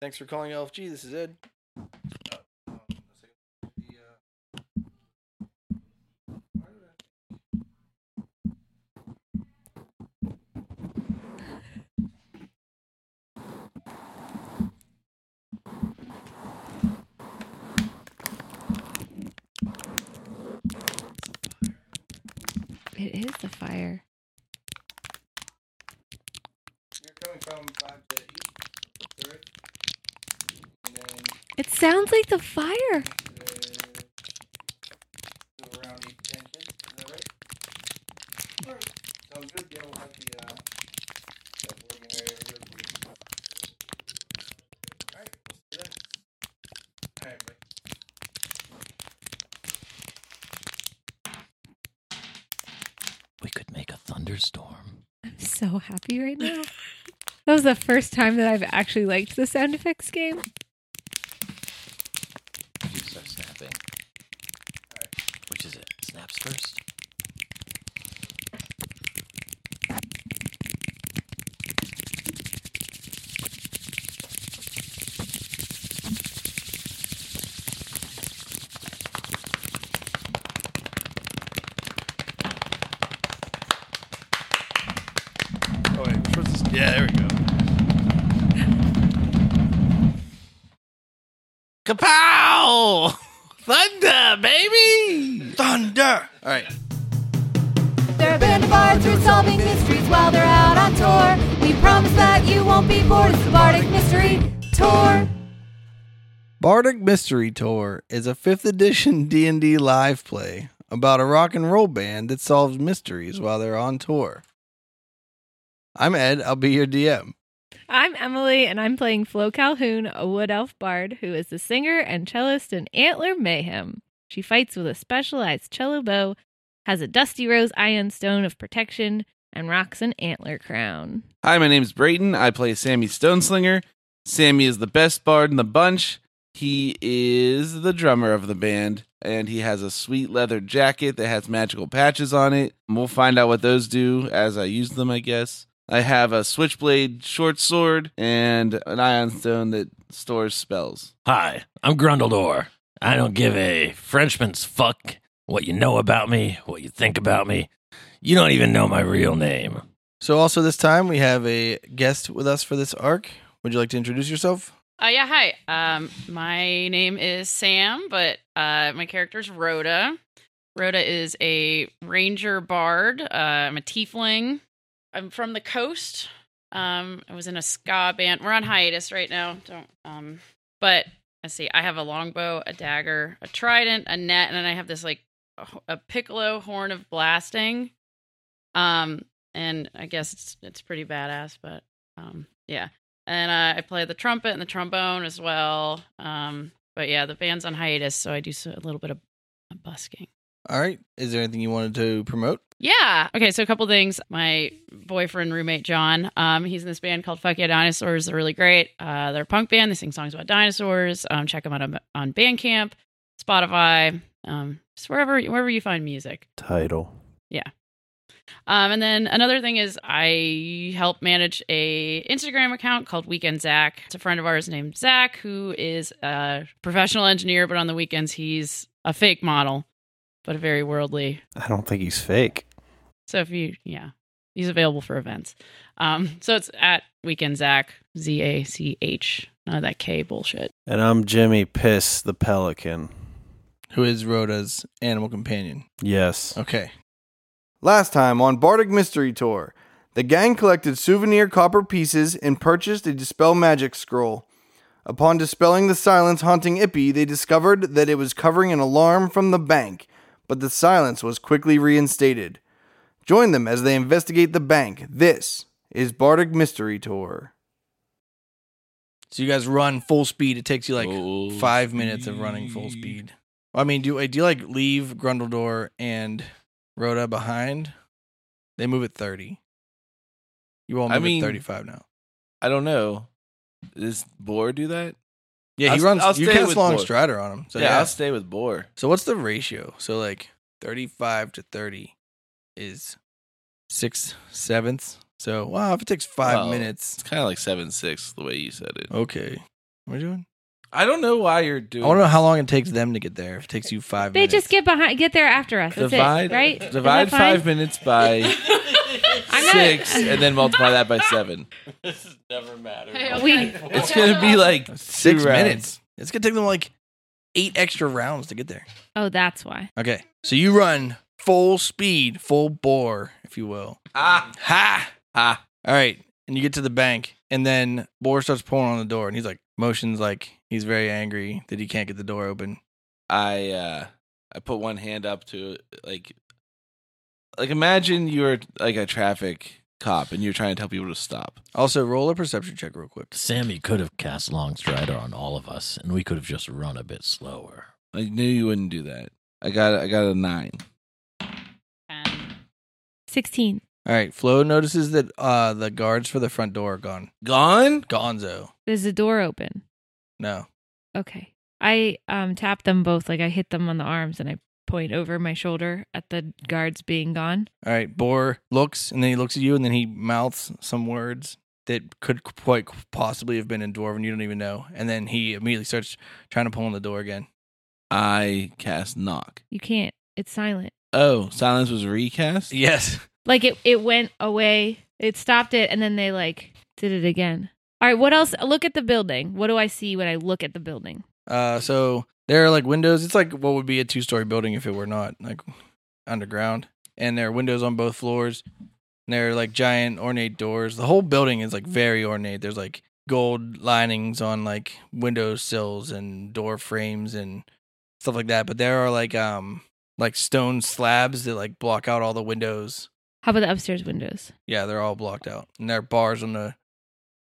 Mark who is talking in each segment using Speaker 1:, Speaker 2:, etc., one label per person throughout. Speaker 1: Thanks for calling LFG. This is Ed.
Speaker 2: It is the fire.
Speaker 1: You're coming from five to eight, correct? And then
Speaker 2: It sounds like the fire.
Speaker 1: to around eight to ten kids. Is that right? Alright. Sounds good. Yeah, we'll have the uh, that working area over here for you. Alright, we'll see you then. Alright, bye.
Speaker 3: We could make a thunderstorm.
Speaker 2: I'm so happy right now. That was the first time that I've actually liked the sound effects game.
Speaker 3: You start snapping. Which is it? Snaps first?
Speaker 1: Oh wait, which one's this? Yeah, there we go.
Speaker 3: Kapow! Thunder, baby!
Speaker 1: Thunder. All right.
Speaker 4: Urban bards, we're solving mysteries while they're out on tour. We promise that you won't be bored. It's the Bardic Mystery Tour.
Speaker 1: Bardic Mystery Tour is a 5th edition D&D live play about a rock and roll band that solves mysteries while they're on tour. I'm Ed, I'll be your DM.
Speaker 2: I'm Emily, and I'm playing Flo Calhoun, a wood elf bard who is the singer and cellist in Antler Mayhem. She fights with a specialized cello bow, has a dusty rose iron stone of protection, and rocks an antler crown.
Speaker 5: Hi, my name's Brayton. I play Sammy Stoneslinger. Sammy is the best bard in the bunch. He is the drummer of the band, and he has a sweet leather jacket that has magical patches on it. And We'll find out what those do as I use them, I guess. I have a switchblade short sword and an ion stone that stores spells.
Speaker 3: Hi, I'm Grundledor. I don't give a Frenchman's fuck what you know about me, what you think about me. You don't even know my real name.
Speaker 1: So also this time we have a guest with us for this arc. Would you like to introduce yourself?
Speaker 6: Uh, yeah, hi. Um, my name is Sam, but uh, my character's Rhoda. Rhoda is a ranger bard. Uh, I'm a tiefling. I'm from the coast. Um, I was in a ska band. We're on hiatus right now. Don't. Um, but let's see. I have a longbow, a dagger, a trident, a net, and then I have this like a, ho- a piccolo horn of blasting. Um, and I guess it's it's pretty badass, but um, yeah and uh, I play the trumpet and the trombone as well. Um, but yeah, the band's on hiatus, so I do s- a little bit of busking.
Speaker 1: All right. Is there anything you wanted to promote?
Speaker 6: Yeah. Okay. So a couple things. My boyfriend, roommate John, um, he's in this band called Fuck Yeah Dinosaurs. They're really great. Uh, they're a punk band. They sing songs about dinosaurs. Um, check them out on, on Bandcamp, Spotify, um, just wherever wherever you find music.
Speaker 7: Title.
Speaker 6: Um, and then another thing is I help manage a Instagram account called Weekend Zach. It's a friend of ours named Zach who is a professional engineer, but on the weekends he's a fake model, but very worldly.
Speaker 7: I don't think he's fake.
Speaker 6: So if you, yeah, he's available for events. Um, so it's at Weekend Zach Z A C H. None of that K bullshit.
Speaker 7: And I'm Jimmy Piss the Pelican.
Speaker 1: Who is Rhoda's animal companion?
Speaker 7: Yes.
Speaker 1: Okay. Last time on Bardic Mystery Tour, the gang collected souvenir copper pieces and purchased a Dispel Magic scroll. Upon dispelling the silence haunting Ippy, they discovered that it was covering an alarm from the bank, but the silence was quickly reinstated. Join them as they investigate the bank. This is Bardic Mystery Tour. So you guys run full speed. It takes you
Speaker 5: Full
Speaker 1: five minutes of running full speed. I mean, do do you like leave Grundledor and Rhoda behind? They move at thirty. You all
Speaker 5: I
Speaker 1: move
Speaker 5: mean-
Speaker 1: at thirty-five now.
Speaker 5: I don't know. Does Boar do that?
Speaker 1: Yeah, he
Speaker 5: I'll-
Speaker 1: runs.
Speaker 5: I'll
Speaker 1: you
Speaker 5: stay
Speaker 1: cast
Speaker 5: with
Speaker 1: long
Speaker 5: Lord.
Speaker 1: strider on him. So
Speaker 5: yeah,
Speaker 1: yeah.
Speaker 5: I'll stay with Boar.
Speaker 1: So what's the ratio? So like thirty-five to thirty is six sevenths. So wow, if it takes five
Speaker 5: Well,
Speaker 1: minutes,
Speaker 5: It's kind of like seven six the way you said it.
Speaker 1: okay. What are you doing?
Speaker 5: I don't know why you're doing.
Speaker 1: I want to know how long it takes them to get there. If it takes you five
Speaker 2: They
Speaker 1: minutes.
Speaker 2: just get behind, get there after us. That's
Speaker 5: divide
Speaker 2: it, right? Is
Speaker 5: divide
Speaker 2: that fine?
Speaker 5: five minutes by
Speaker 2: I'm not-
Speaker 5: six, and then multiply that by seven.
Speaker 3: This has never mattered.
Speaker 2: We-
Speaker 5: It's gonna be like
Speaker 1: six
Speaker 5: two rounds.
Speaker 1: minutes. It's gonna take them like eight extra rounds to get there.
Speaker 2: Oh, that's why.
Speaker 1: Okay, so you run full speed, full bore, if you will.
Speaker 5: Ah,
Speaker 1: Ha!
Speaker 5: ah.
Speaker 1: All right, and you get to the bank, and then Boar starts pulling on the door, and he's like, motions like he's very angry that he can't get the door open.
Speaker 5: I uh, I put one hand up to like, like imagine you're like a traffic cop and you're trying to tell people to stop.
Speaker 1: Also, roll a perception check real quick.
Speaker 3: Sammy could have cast Longstrider on all of us, and we could have just run a bit slower.
Speaker 5: I knew you wouldn't do that. I got I got a nine.
Speaker 2: Sixteen.
Speaker 1: All right, Flo notices that uh the guards for the front door are gone.
Speaker 5: Gone.
Speaker 1: Gonzo,
Speaker 2: There's a door open.
Speaker 1: no.
Speaker 2: Okay. I um tap them both. Like I hit them on the arms, and I point over my shoulder at the guards being gone.
Speaker 1: All right, Boar looks, and then he looks at you, and then he mouths some words that could quite possibly have been in Dwarven. You don't even know. And then he immediately starts trying to pull on the door again.
Speaker 5: I cast knock.
Speaker 2: You can't. It's silent.
Speaker 5: Oh, silence was recast.
Speaker 1: Yes.
Speaker 2: Like it, it went away. It stopped it, and then they like did it again. All right. What else? Look at the building. What do I see when I look at the building?
Speaker 1: Uh, so there are like windows. It's like what would be a two-story building if it were not like underground. And there are windows on both floors. And there are like giant ornate doors. The whole building is like very ornate. There's like gold linings on like window sills and door frames and stuff like that. But there are like um like stone slabs that like block out all the windows.
Speaker 2: How about the upstairs windows?
Speaker 1: Yeah, they're all blocked out. And there are bars on the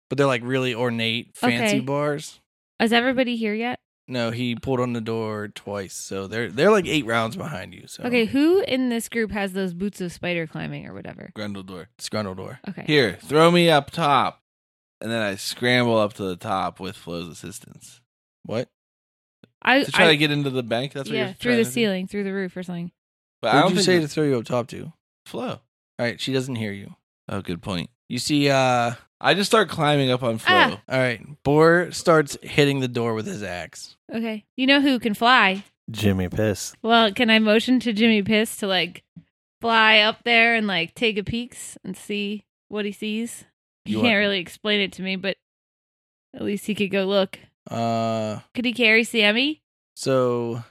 Speaker 1: but they're like really ornate, fancy
Speaker 2: Okay.
Speaker 1: bars.
Speaker 2: Is everybody here yet?
Speaker 1: No, he pulled on the door twice. So they're they're like eight rounds behind you. So
Speaker 2: Okay, who in this group has those boots of spider climbing or whatever?
Speaker 5: Grundledor.
Speaker 1: Scrundle door.
Speaker 2: Okay.
Speaker 5: Here, throw me up top. And then I scramble up to the top with Flo's assistance.
Speaker 1: What?
Speaker 2: I,
Speaker 5: To try
Speaker 2: I-
Speaker 5: to get into the bank? That's what
Speaker 2: yeah,
Speaker 5: you're
Speaker 2: through
Speaker 5: trying
Speaker 2: the
Speaker 5: to do?
Speaker 2: ceiling, through the roof or something.
Speaker 5: But I
Speaker 1: Who'd
Speaker 5: don't
Speaker 1: you
Speaker 5: think
Speaker 1: say to
Speaker 5: it's
Speaker 1: throw you up top to?
Speaker 5: Flo.
Speaker 1: All right, she doesn't hear you.
Speaker 5: Oh, good point.
Speaker 1: You see, uh
Speaker 5: I just start climbing up on Flo.
Speaker 2: Ah.
Speaker 1: all right, Boar starts hitting the door with his axe.
Speaker 2: Okay. You know who can fly?
Speaker 7: Jimmy Piss.
Speaker 2: Well, can I motion to Jimmy Piss to like fly up there and like take a peeks and see what he sees? He
Speaker 1: You
Speaker 2: can't
Speaker 1: want-
Speaker 2: really explain it to me, but at least he could go look.
Speaker 1: Uh
Speaker 2: Could he carry Sammy?
Speaker 1: so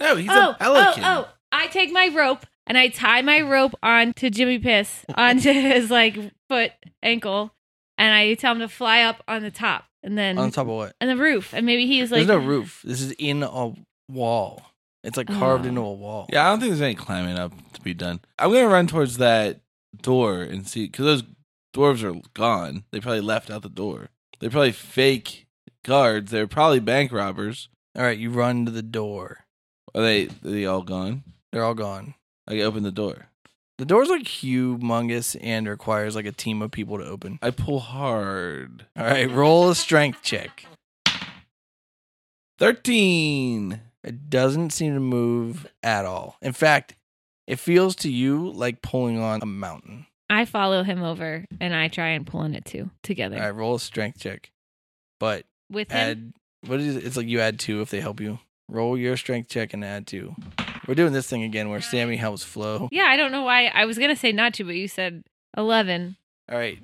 Speaker 5: No, he's
Speaker 2: oh,
Speaker 5: a pelican.
Speaker 2: oh, oh. I take my rope and I tie my rope onto Jimmy Piss, onto his like foot, ankle, and I tell him to fly up on the top and then
Speaker 1: on top of what?
Speaker 2: and the roof, and maybe he's like,
Speaker 1: There's no roof. This is in a wall. It's like carved
Speaker 2: Oh.
Speaker 1: into a wall.
Speaker 5: Yeah, I don't think there's any climbing up to be done. I'm going to run towards that door and see, because those dwarves are gone. They probably left out the door. They're probably fake guards. They're probably bank robbers.
Speaker 1: All right, you run to the door.
Speaker 5: Are they, are they all gone?
Speaker 1: They're all gone.
Speaker 5: I open the door.
Speaker 1: The door's like humongous and requires like a team of people to open.
Speaker 5: I pull hard.
Speaker 1: All right, roll a strength check.
Speaker 5: 13.
Speaker 1: It doesn't seem to move at all. In fact, it feels to you like pulling on a mountain.
Speaker 2: I follow him over, and I try and pull on it too together
Speaker 1: All right, roll a strength check. But
Speaker 2: with him.
Speaker 1: add what is it? It's like you add two if they help you. Roll your strength check and add two. We're doing this thing again where Sammy helps Flo.
Speaker 2: yeah, I don't know why I was gonna say not to, but you said eleven.
Speaker 1: All right.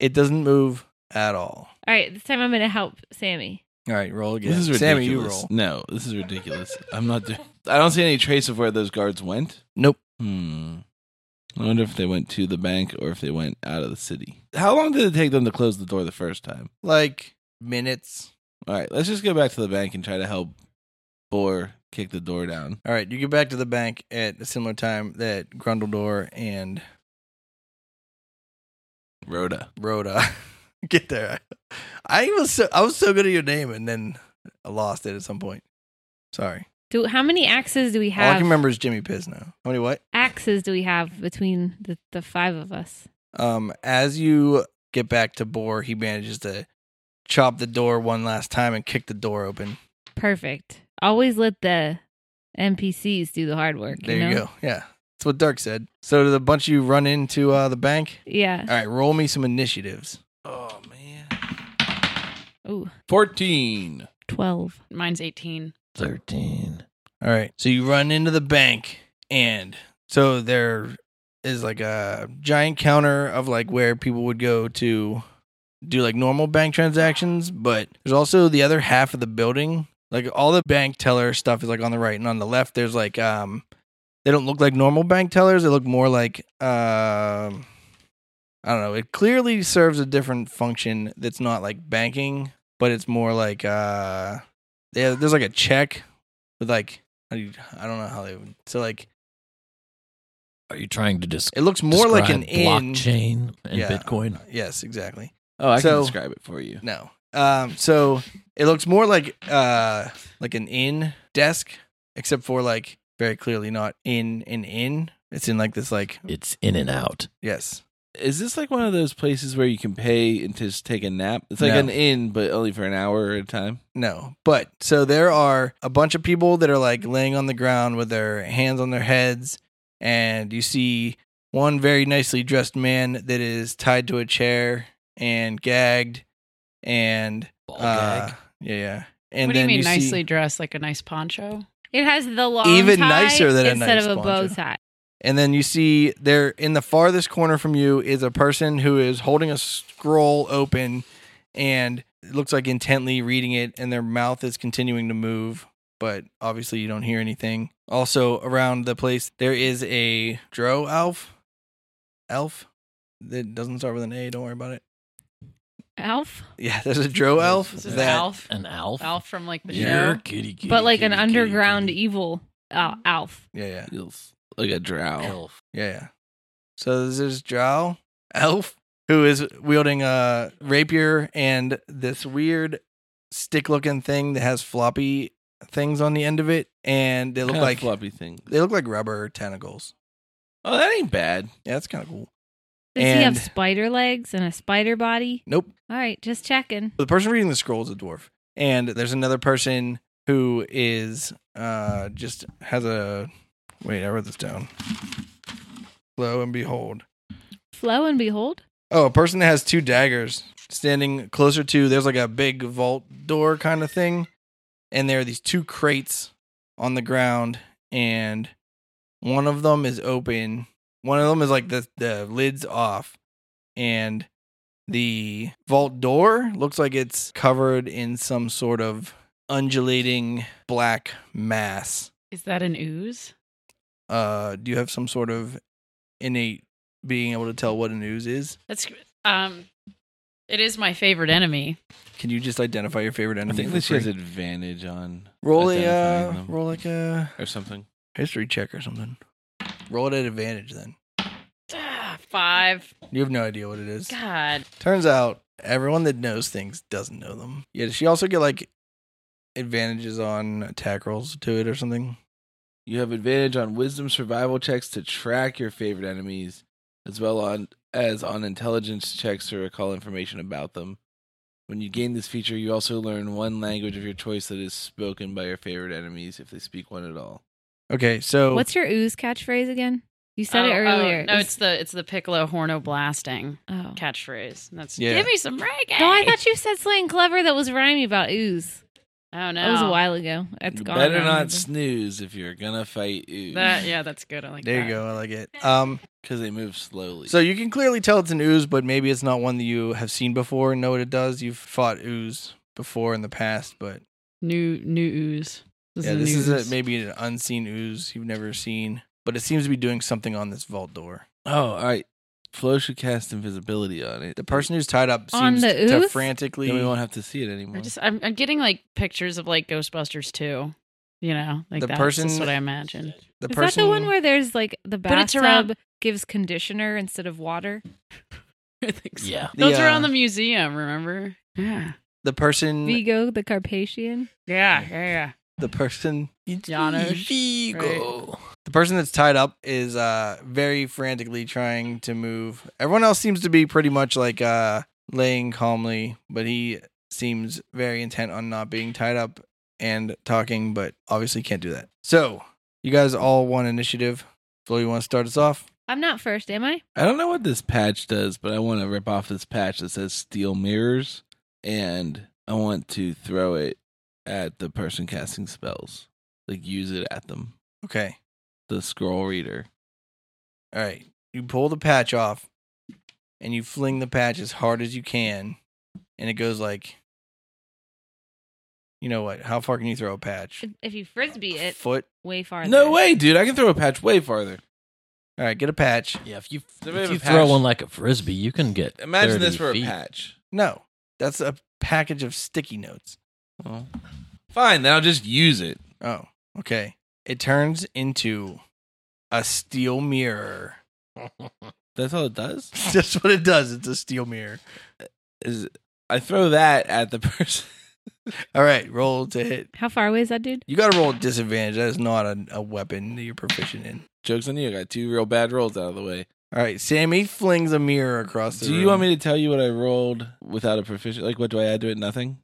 Speaker 1: It doesn't move at all.
Speaker 2: All right, this time I'm gonna help Sammy.
Speaker 1: All right, roll again.
Speaker 5: This is ridiculous.
Speaker 1: Sammy, you roll.
Speaker 5: No, this is ridiculous. I'm not doing. I don't see any trace of where those guards went.
Speaker 1: Nope.
Speaker 5: Hmm. I wonder if they went to the bank or if they went out of the city. How long did it take them to close the door the first time?
Speaker 1: Like minutes.
Speaker 5: All right, let's just go back to the bank and try to help Boar kick the door down.
Speaker 1: All right, you get back to the bank at a similar time that Grundledor and
Speaker 5: Rhoda.
Speaker 1: Rhoda. Get there. I was so I was so good at your name, and then I lost it at some point. Sorry.
Speaker 2: Do how many axes do we
Speaker 1: All I
Speaker 2: have?
Speaker 1: can remember is Jimmy Piz now. How many what?
Speaker 2: axes do we have between the, the five of us?
Speaker 1: Um, as you get back to Boar, he manages to chop the door one last time and kick the door open.
Speaker 2: Perfect. Always let the NPCs do the hard work.
Speaker 1: There
Speaker 2: you, know?
Speaker 1: you go. Yeah, that's what Dirk said. So did a bunch of you run into uh, the bank?
Speaker 2: Yeah.
Speaker 1: All right, roll me some initiatives.
Speaker 5: Oh man.
Speaker 2: Ooh,
Speaker 1: 14.
Speaker 2: 12.
Speaker 6: Mine's 18.
Speaker 3: 13.
Speaker 1: All right. So you run into the bank, and so there is like a giant counter of like where people would go to do like normal bank transactions, but there's also the other half of the building. Like all the bank teller stuff is like on the right and on the left. There's like um, they don't look like normal bank tellers. They look more like um, I don't know. It clearly serves a different function that's not like banking, but it's more like uh, yeah. There's like a check with like how do you, I don't know how they would so like
Speaker 3: Are you trying to dis-
Speaker 1: it looks more like an
Speaker 3: describe
Speaker 1: inn.
Speaker 3: blockchain and
Speaker 1: Yeah.
Speaker 3: Bitcoin?
Speaker 1: Yes, exactly.
Speaker 5: Oh, I
Speaker 1: So-
Speaker 5: can describe it for you.
Speaker 1: No. Um so it looks more like uh like an inn desk except for like very clearly not in an inn. It's in like this like
Speaker 3: It's in and out.
Speaker 1: yes.
Speaker 5: Is this like one of those places where you can pay and just take a nap? It's like
Speaker 1: No.
Speaker 5: an inn, but only for an hour at a time.
Speaker 1: No. But so there are a bunch of people that are like laying on the ground with their hands on their heads and you see one very nicely dressed man that is tied to a chair and gagged and
Speaker 3: Ball
Speaker 1: Uh,
Speaker 3: gag.
Speaker 1: Yeah, yeah. And
Speaker 6: what do
Speaker 1: then
Speaker 6: you mean
Speaker 1: you
Speaker 6: nicely
Speaker 1: see,
Speaker 6: dressed like a nice poncho?
Speaker 2: It has the long
Speaker 1: Even
Speaker 2: tie
Speaker 1: nicer than a
Speaker 2: instead
Speaker 1: nice
Speaker 2: of a bow
Speaker 1: poncho.
Speaker 2: tie.
Speaker 1: and then you see there in the farthest corner from you is a person who is holding a scroll open, and it looks like intently reading it, and their mouth is continuing to move, but obviously you don't hear anything. Also around the place there is a dro elf, elf that doesn't start with an A. Don't worry about it.
Speaker 2: Elf,
Speaker 1: Yeah, there's a dro elf.
Speaker 6: This is
Speaker 1: that-
Speaker 6: Alf.
Speaker 3: An Alf?
Speaker 6: Alf from like the
Speaker 3: You're
Speaker 6: show.
Speaker 3: kitty, kitty,
Speaker 2: but like an
Speaker 3: kitty, kitty,
Speaker 2: underground
Speaker 3: kitty.
Speaker 2: evil uh, elf.
Speaker 1: Yeah, yeah.
Speaker 5: Feels like a drow.
Speaker 3: Elf.
Speaker 1: Yeah, yeah. So there's this drow elf who is wielding a rapier and this weird stick looking thing that has floppy things on the end of it and they look
Speaker 5: Kinda
Speaker 1: like
Speaker 5: floppy thing.
Speaker 1: they look like rubber tentacles.
Speaker 5: Oh, that ain't bad.
Speaker 1: Yeah, that's kind of cool.
Speaker 2: Does he have
Speaker 1: And-
Speaker 2: spider legs and a spider body?
Speaker 1: Nope.
Speaker 2: All right, just checking.
Speaker 1: The person reading the scroll is a dwarf. And there's another person who is uh just has a wait, I wrote this down. Lo and behold.
Speaker 2: Flow and behold.
Speaker 1: Oh, a person that has two daggers standing closer to there's like a big vault door kind of thing. And there are these two crates on the ground, and one of them is open. One of them is like the, the lid's off. And the vault door looks like it's covered in some sort of undulating black mass.
Speaker 6: Is that an ooze?
Speaker 1: Uh, do you have some sort of innate being able to tell what an ooze is?
Speaker 6: That's um it is my favorite enemy.
Speaker 1: Can you just identify your favorite
Speaker 5: I
Speaker 1: enemy?
Speaker 5: think
Speaker 1: for
Speaker 5: that she
Speaker 1: free?
Speaker 5: has advantage on
Speaker 1: roll a
Speaker 5: identifying
Speaker 1: uh,
Speaker 5: them
Speaker 1: roll like a
Speaker 5: or something.
Speaker 1: history check or something. Roll it at advantage. Then
Speaker 6: Ah, Five.
Speaker 1: you have no idea what it is.
Speaker 6: God.
Speaker 1: Turns out everyone that knows things doesn't know them. Yeah, does she also get like advantages on attack rolls to it or something?
Speaker 5: You have advantage on wisdom survival checks to track your favorite enemies, as well on as on intelligence checks to recall information about them. When you gain this feature, you also learn one language of your choice that is spoken by your favorite enemies if they speak one at all.
Speaker 1: Okay, so
Speaker 2: What's your ooze catchphrase again? You said it
Speaker 6: Oh, oh,
Speaker 2: earlier.
Speaker 6: no, it's the it's the piccolo horno blasting
Speaker 2: oh.
Speaker 6: catchphrase. That's
Speaker 1: Yeah.
Speaker 6: give me some reggae.
Speaker 2: No, I thought you said something clever that was rhyming about ooze.
Speaker 6: Oh no.
Speaker 2: That was a while ago. That's
Speaker 5: you
Speaker 2: gone.
Speaker 5: better
Speaker 2: now.
Speaker 5: not snooze if you're gonna fight ooze.
Speaker 6: That yeah, that's good. I like
Speaker 1: there you
Speaker 6: that.
Speaker 1: go. I like it. Um,
Speaker 5: because they move slowly.
Speaker 1: so you can clearly tell it's an ooze, but maybe it's not one that you have seen before and know what it does. You've fought ooze before in the past, but
Speaker 6: New new ooze. This
Speaker 1: yeah,
Speaker 6: is a
Speaker 1: this
Speaker 6: new
Speaker 1: is a,
Speaker 6: ooze.
Speaker 1: maybe an unseen ooze you've never seen, but it seems to be doing something on this vault door.
Speaker 5: oh, all right. Flo should cast invisibility on it.
Speaker 1: The person who's tied up
Speaker 2: On
Speaker 1: seems
Speaker 2: the
Speaker 1: to
Speaker 2: ooze?
Speaker 1: frantically.
Speaker 5: then we won't have to see it
Speaker 6: I
Speaker 5: anymore.
Speaker 6: just I'm, I'm getting like pictures of like Ghostbusters too. You know, like
Speaker 1: The
Speaker 6: that's
Speaker 1: person-
Speaker 6: just what I imagine.
Speaker 1: the
Speaker 2: Is
Speaker 1: person,
Speaker 2: that the one where there's like the
Speaker 6: But it's
Speaker 2: bathtub
Speaker 6: around-
Speaker 2: gives conditioner instead of water?
Speaker 6: I think so.
Speaker 3: Yeah.
Speaker 1: The,
Speaker 6: Those are
Speaker 1: uh,
Speaker 6: on the museum, remember? Yeah.
Speaker 1: the
Speaker 5: Mm.
Speaker 1: person,
Speaker 2: Vigo the Carpathian.
Speaker 6: Yeah, yeah, yeah.
Speaker 1: the person,
Speaker 6: Janusz,
Speaker 3: Vigo.
Speaker 1: the person that's tied up is uh very frantically trying to move. Everyone else seems to be pretty much like uh laying calmly, but he seems very intent on not being tied up and talking, but obviously can't do that. So you guys all want initiative. Flo, you want to start us off?
Speaker 2: I'm not first, am I?
Speaker 5: I don't know what this patch does, but I want to rip off this patch that says steel mirrors, and I I want to throw it at the person casting spells. Like use it at them.
Speaker 1: Okay.
Speaker 5: The scroll reader.
Speaker 1: All right. You pull the patch off and you fling the patch as hard as you can. And it goes like, you know what? How far can you throw a patch?
Speaker 2: If you frisbee it
Speaker 1: Foot.
Speaker 2: way farther.
Speaker 5: No way, dude! I can throw a patch way farther.
Speaker 1: All right. Get a patch.
Speaker 3: Yeah, if you
Speaker 5: They may
Speaker 3: if
Speaker 5: have
Speaker 3: you
Speaker 5: a
Speaker 3: throw
Speaker 5: patch.
Speaker 3: one like a frisbee, you can get.
Speaker 5: Imagine this
Speaker 3: 30
Speaker 5: for
Speaker 3: feet.
Speaker 5: a patch.
Speaker 1: No, that's a package of sticky notes.
Speaker 5: Fine, then I'll just use it.
Speaker 1: Oh, okay. It turns into a steel mirror.
Speaker 5: That's all it does.
Speaker 1: That's what it does. It's a steel mirror.
Speaker 5: Is I throw that at the person.
Speaker 1: All right. Roll to hit.
Speaker 2: How far away is that dude?
Speaker 1: You got to roll at disadvantage. That is not a, a weapon that you're proficient in.
Speaker 5: Jokes on you! I got two real bad rolls out of the way.
Speaker 1: All right, Sammy flings a mirror across the
Speaker 5: Do you want me to tell you what I rolled without a proficient? Like, what do I add to it? Nothing.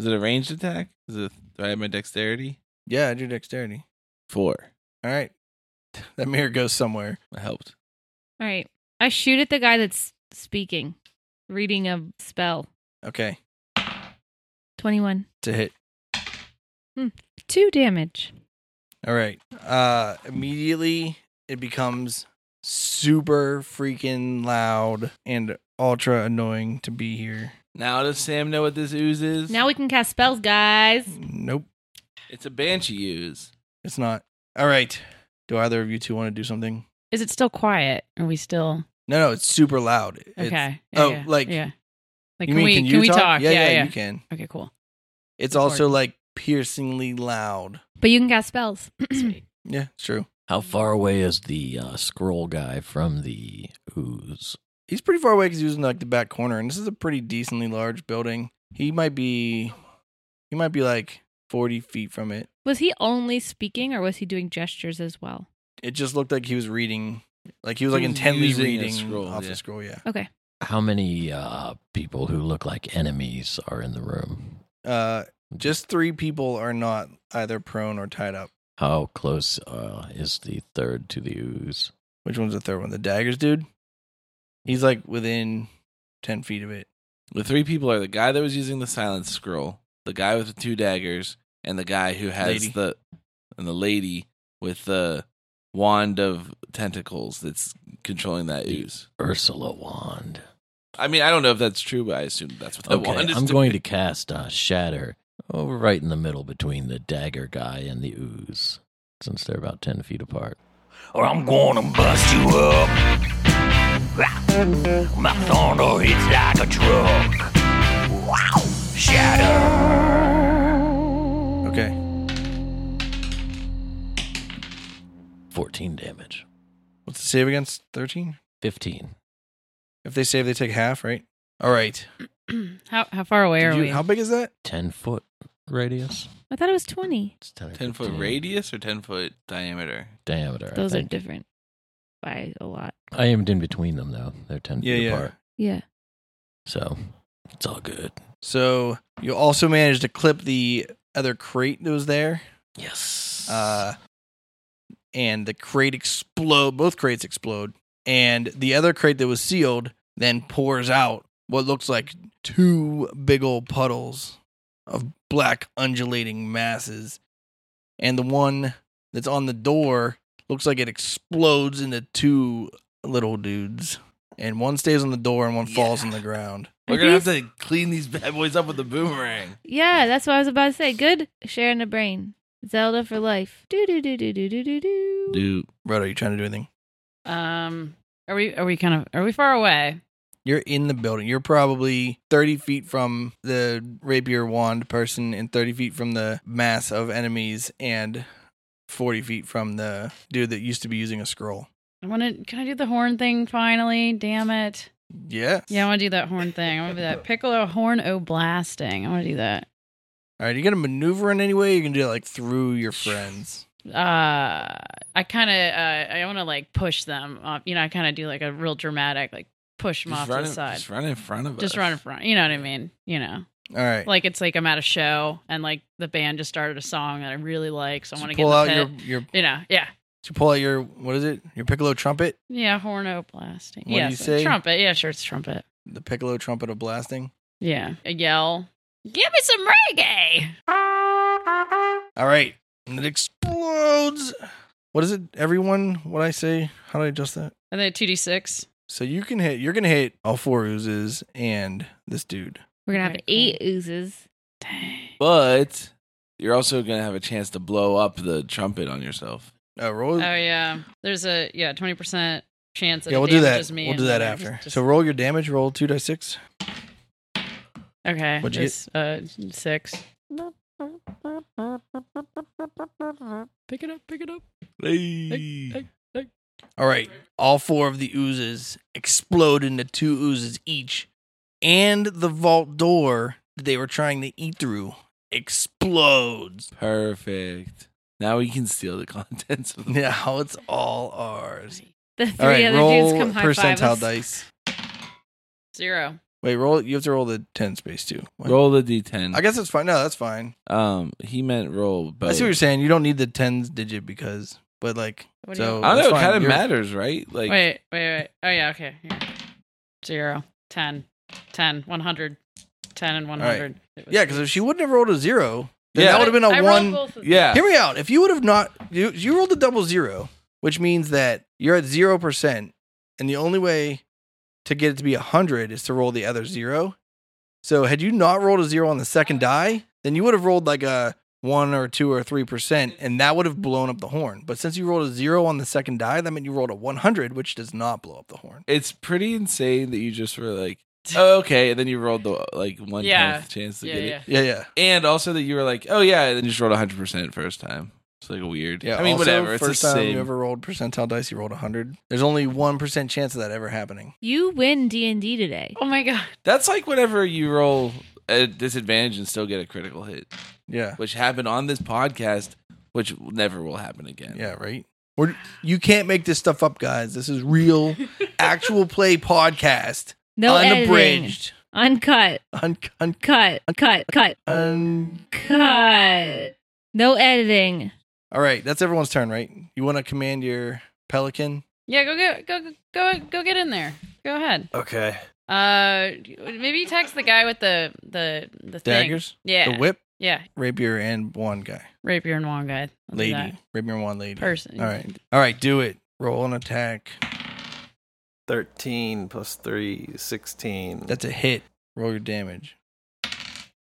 Speaker 5: Is it a ranged attack? Is it? Do I have my dexterity?
Speaker 1: Yeah, do dexterity.
Speaker 5: Four.
Speaker 1: All right, that mirror goes somewhere.
Speaker 5: I helped.
Speaker 2: All right. I shoot at the guy that's speaking, reading a spell.
Speaker 1: Okay,
Speaker 2: 21.
Speaker 1: to hit.
Speaker 2: Two damage.
Speaker 1: All right. Uh, immediately it becomes super freaking loud and ultra annoying to be here.
Speaker 5: Now does Sam know what this ooze is?
Speaker 2: Now we can cast spells, guys.
Speaker 1: Nope,
Speaker 5: it's a banshee ooze.
Speaker 1: it's not. All right. Do either of you two want to do something?
Speaker 6: Is it still quiet? Are we still
Speaker 1: No, no, it's super loud. It's-
Speaker 6: okay?
Speaker 1: oh, like-
Speaker 6: yeah. Like
Speaker 1: you
Speaker 6: can
Speaker 1: mean
Speaker 6: we can, we talk?
Speaker 1: Yeah, yeah,
Speaker 6: yeah.
Speaker 1: you can.
Speaker 6: Okay, cool.
Speaker 1: It's
Speaker 6: Lord.
Speaker 1: also like piercingly loud.
Speaker 2: But you can cast spells.
Speaker 6: Sweet.
Speaker 1: Yeah, it's true.
Speaker 3: How far away is the uh, scroll guy from the ooze?
Speaker 1: He's pretty far away because he was in like the back corner, and this is a pretty decently large building. He might be, he might be like forty feet from it.
Speaker 2: was he only speaking or was he doing gestures as well?
Speaker 1: It just looked like he was reading, like he was
Speaker 5: He
Speaker 1: like
Speaker 5: was
Speaker 1: intently
Speaker 5: using a
Speaker 1: reading
Speaker 5: scroll,
Speaker 1: off
Speaker 5: yeah.
Speaker 1: the scroll. Yeah,
Speaker 2: Okay.
Speaker 3: How many uh, people who look like enemies are in the room?
Speaker 1: uh, just three people are not either prone or tied up.
Speaker 3: how close uh, is the third to the ooze?
Speaker 1: Which one's the third one? The daggers, dude. He's like within ten feet of it.
Speaker 5: The three people are the guy that was using the silence scroll, the guy with the two daggers, and the guy who has
Speaker 1: Lady.
Speaker 5: the and the lady with the wand of tentacles that's controlling that ooze.
Speaker 3: Ursula wand.
Speaker 5: I mean, I don't know if that's true, but I assume that's what that
Speaker 3: Okay,
Speaker 5: wand is.
Speaker 3: I'm going to cast uh, Shatter over right in the middle between the dagger guy and the ooze, since they're about ten feet apart. Or I'm going to bust you up. My thunder hits like a truck. Wow, shatter.
Speaker 1: Okay.
Speaker 3: Fourteen damage.
Speaker 1: What's the save against? Thirteen.
Speaker 3: Fifteen.
Speaker 1: If they save, they take half, right? All right.
Speaker 6: how how far away
Speaker 1: Did
Speaker 6: are
Speaker 1: you-
Speaker 6: we?
Speaker 1: how big is that?
Speaker 3: Ten foot radius.
Speaker 2: I thought it was 20.
Speaker 3: It's ten, or
Speaker 5: ten foot
Speaker 3: 15
Speaker 5: radius or ten foot diameter.
Speaker 3: diameter. I
Speaker 2: Those are
Speaker 3: think.
Speaker 2: different by a lot.
Speaker 3: I aimed in between them though. They're ten
Speaker 1: Yeah,
Speaker 3: feet
Speaker 1: yeah.
Speaker 3: apart.
Speaker 2: Yeah.
Speaker 3: So it's all good.
Speaker 1: So you also managed to clip the other crate that was there,
Speaker 3: Yes.
Speaker 1: uh, and the crate explode. Both crates explode, and the other crate that was sealed then pours out what looks like two big old puddles of black undulating masses, and the one that's on the door looks like it explodes into two little dudes, and one stays on the door and one falls on the ground.
Speaker 5: We're
Speaker 2: Are
Speaker 5: gonna have
Speaker 2: these-
Speaker 5: to clean these bad boys up with a boomerang.
Speaker 2: Yeah, that's what I was about to say. Good sharing the brain. Zelda for life. Do do do do do do do do.
Speaker 5: Dude,
Speaker 1: Roto, you trying to do anything?
Speaker 6: um, are we are we kind of are we far away?
Speaker 1: You're in the building. You're probably 30 feet from the rapier wand person and 30 feet from the mass of enemies and 40 feet from the dude that used to be using a scroll.
Speaker 6: I want to. Can I do the horn thing finally? Damn it!
Speaker 1: Yeah.
Speaker 6: Yeah, I want to do that horn thing. I want to do that piccolo horn o blasting. I want to do that.
Speaker 1: All right. You going to maneuver in any way? You can do it like through your friends.
Speaker 6: uh i kind of uh, i want to like push them off you know i kind of do like a real dramatic like push them
Speaker 5: just
Speaker 6: off
Speaker 5: run,
Speaker 6: to
Speaker 5: in-
Speaker 6: the side
Speaker 5: just run in front of us.
Speaker 6: just run in front you know what i mean you know
Speaker 1: All right.
Speaker 6: like it's like i'm at a show and like the band just started a song that i really like so i want to get in
Speaker 1: pull
Speaker 6: the
Speaker 1: out
Speaker 6: pit.
Speaker 1: your, your,
Speaker 6: you know yeah
Speaker 1: you pull out your, what is it? Your piccolo trumpet?
Speaker 6: yeah horno blasting
Speaker 1: What do
Speaker 6: yeah
Speaker 1: you say?
Speaker 6: trumpet yeah sure it's trumpet
Speaker 1: The piccolo trumpet of blasting.
Speaker 6: yeah a yell Give me some reggae.
Speaker 1: All right. And it explodes. What is it? Everyone, what I say? How do I adjust that?
Speaker 6: And then 2d6.
Speaker 1: So you can hit, you're going to hit all four oozes and this dude.
Speaker 2: We're gonna have
Speaker 6: Alright, cool.
Speaker 2: eight oozes.
Speaker 5: But you're also going to have a chance to blow up the trumpet on yourself.
Speaker 1: Uh, roll.
Speaker 6: Oh yeah. There's a yeah, 20% chance that
Speaker 1: yeah,
Speaker 6: it
Speaker 1: we'll do that.
Speaker 6: damages me
Speaker 1: We'll
Speaker 6: and
Speaker 1: do that
Speaker 6: whatever.
Speaker 1: after.
Speaker 6: Just-
Speaker 1: so roll your damage, roll 2 die 6.
Speaker 6: Okay.
Speaker 1: What'd you
Speaker 6: this, uh, six.
Speaker 1: Pick it up, pick it up.
Speaker 5: Hey.
Speaker 1: All right. All four of the oozes explode into two oozes each, and the vault door that they were trying to eat through explodes.
Speaker 5: Perfect. Now we can steal the contents of the
Speaker 1: Now it's all ours.
Speaker 2: The three
Speaker 1: All right,
Speaker 2: other
Speaker 1: roll
Speaker 2: dudes come high
Speaker 1: percentile
Speaker 2: five
Speaker 1: dice.
Speaker 6: Zero.
Speaker 1: Wait, roll. You have to roll the ten space too. What?
Speaker 5: roll the d10.
Speaker 1: I guess it's fine. No, that's fine.
Speaker 5: um, he meant roll, but
Speaker 1: I see what you're saying. You don't need the tens digit because, but like,
Speaker 6: What do you-
Speaker 1: so
Speaker 5: I don't
Speaker 1: that's
Speaker 5: know. It
Speaker 1: fine.
Speaker 5: kind of
Speaker 1: You're-
Speaker 5: matters, right? Like,
Speaker 6: wait, wait, wait. Oh yeah, okay. Here. Zero. Ten. Ten. One hundred. Ten and one
Speaker 1: right.
Speaker 6: hundred.
Speaker 1: Yeah, because if she wouldn't have rolled a zero, then
Speaker 5: Yeah.
Speaker 1: that would have been a
Speaker 6: a
Speaker 1: one.
Speaker 5: yeah,
Speaker 1: Hear me out. If you would have not, you, you rolled a double zero, which means that you're at zero percent, and the only way to get it to be a hundred is to roll the other zero. So had you not rolled a zero on the second die, then you would have rolled like a one or two or three percent, and that would have blown up the horn. But since you rolled a zero on the second die, that meant you rolled a one hundred, which does not blow up the horn.
Speaker 5: it's pretty insane that you just were like, oh, okay, and then you rolled the like one
Speaker 6: Yeah.
Speaker 5: chance to
Speaker 6: Yeah,
Speaker 5: get it,
Speaker 6: yeah.
Speaker 1: Yeah, yeah.
Speaker 5: and also that you were like, oh yeah, and then you just rolled 100 percent first time. It's like weird.
Speaker 1: Yeah,
Speaker 5: I mean,
Speaker 1: also,
Speaker 5: whatever. It's the
Speaker 1: First time
Speaker 5: same.
Speaker 1: you ever rolled percentile dice, you rolled hundred. There's only one percent chance of that ever happening.
Speaker 2: You win D and D today.
Speaker 6: Oh my god.
Speaker 5: That's like whenever you roll at disadvantage and still get a critical hit,
Speaker 1: Yeah,
Speaker 5: which happened on this podcast, which never will happen again.
Speaker 1: yeah, right. We're, you can't make this stuff up, guys. This is real, actual play podcast,
Speaker 2: No editing.
Speaker 1: unabridged,
Speaker 2: Uncut.
Speaker 1: un, un,
Speaker 2: Cut. Cut. Cut.
Speaker 6: Oh.
Speaker 1: un.
Speaker 2: Cut. No editing.
Speaker 1: All right, that's everyone's turn, right? You want to command your pelican?
Speaker 6: Yeah, go get go go go get in there. Go ahead.
Speaker 7: Okay.
Speaker 6: Uh, maybe text the guy with the the the thing.
Speaker 1: Daggers?
Speaker 6: Yeah.
Speaker 1: The whip,
Speaker 6: Yeah.
Speaker 1: rapier, and one guy,
Speaker 6: Rapier and wand guy. I'll do that.
Speaker 1: lady, rapier, and one lady.
Speaker 6: Person.
Speaker 1: All right, all right, do it. Roll an attack.
Speaker 7: 13 plus 3, 16.
Speaker 1: That's a hit. Roll your damage.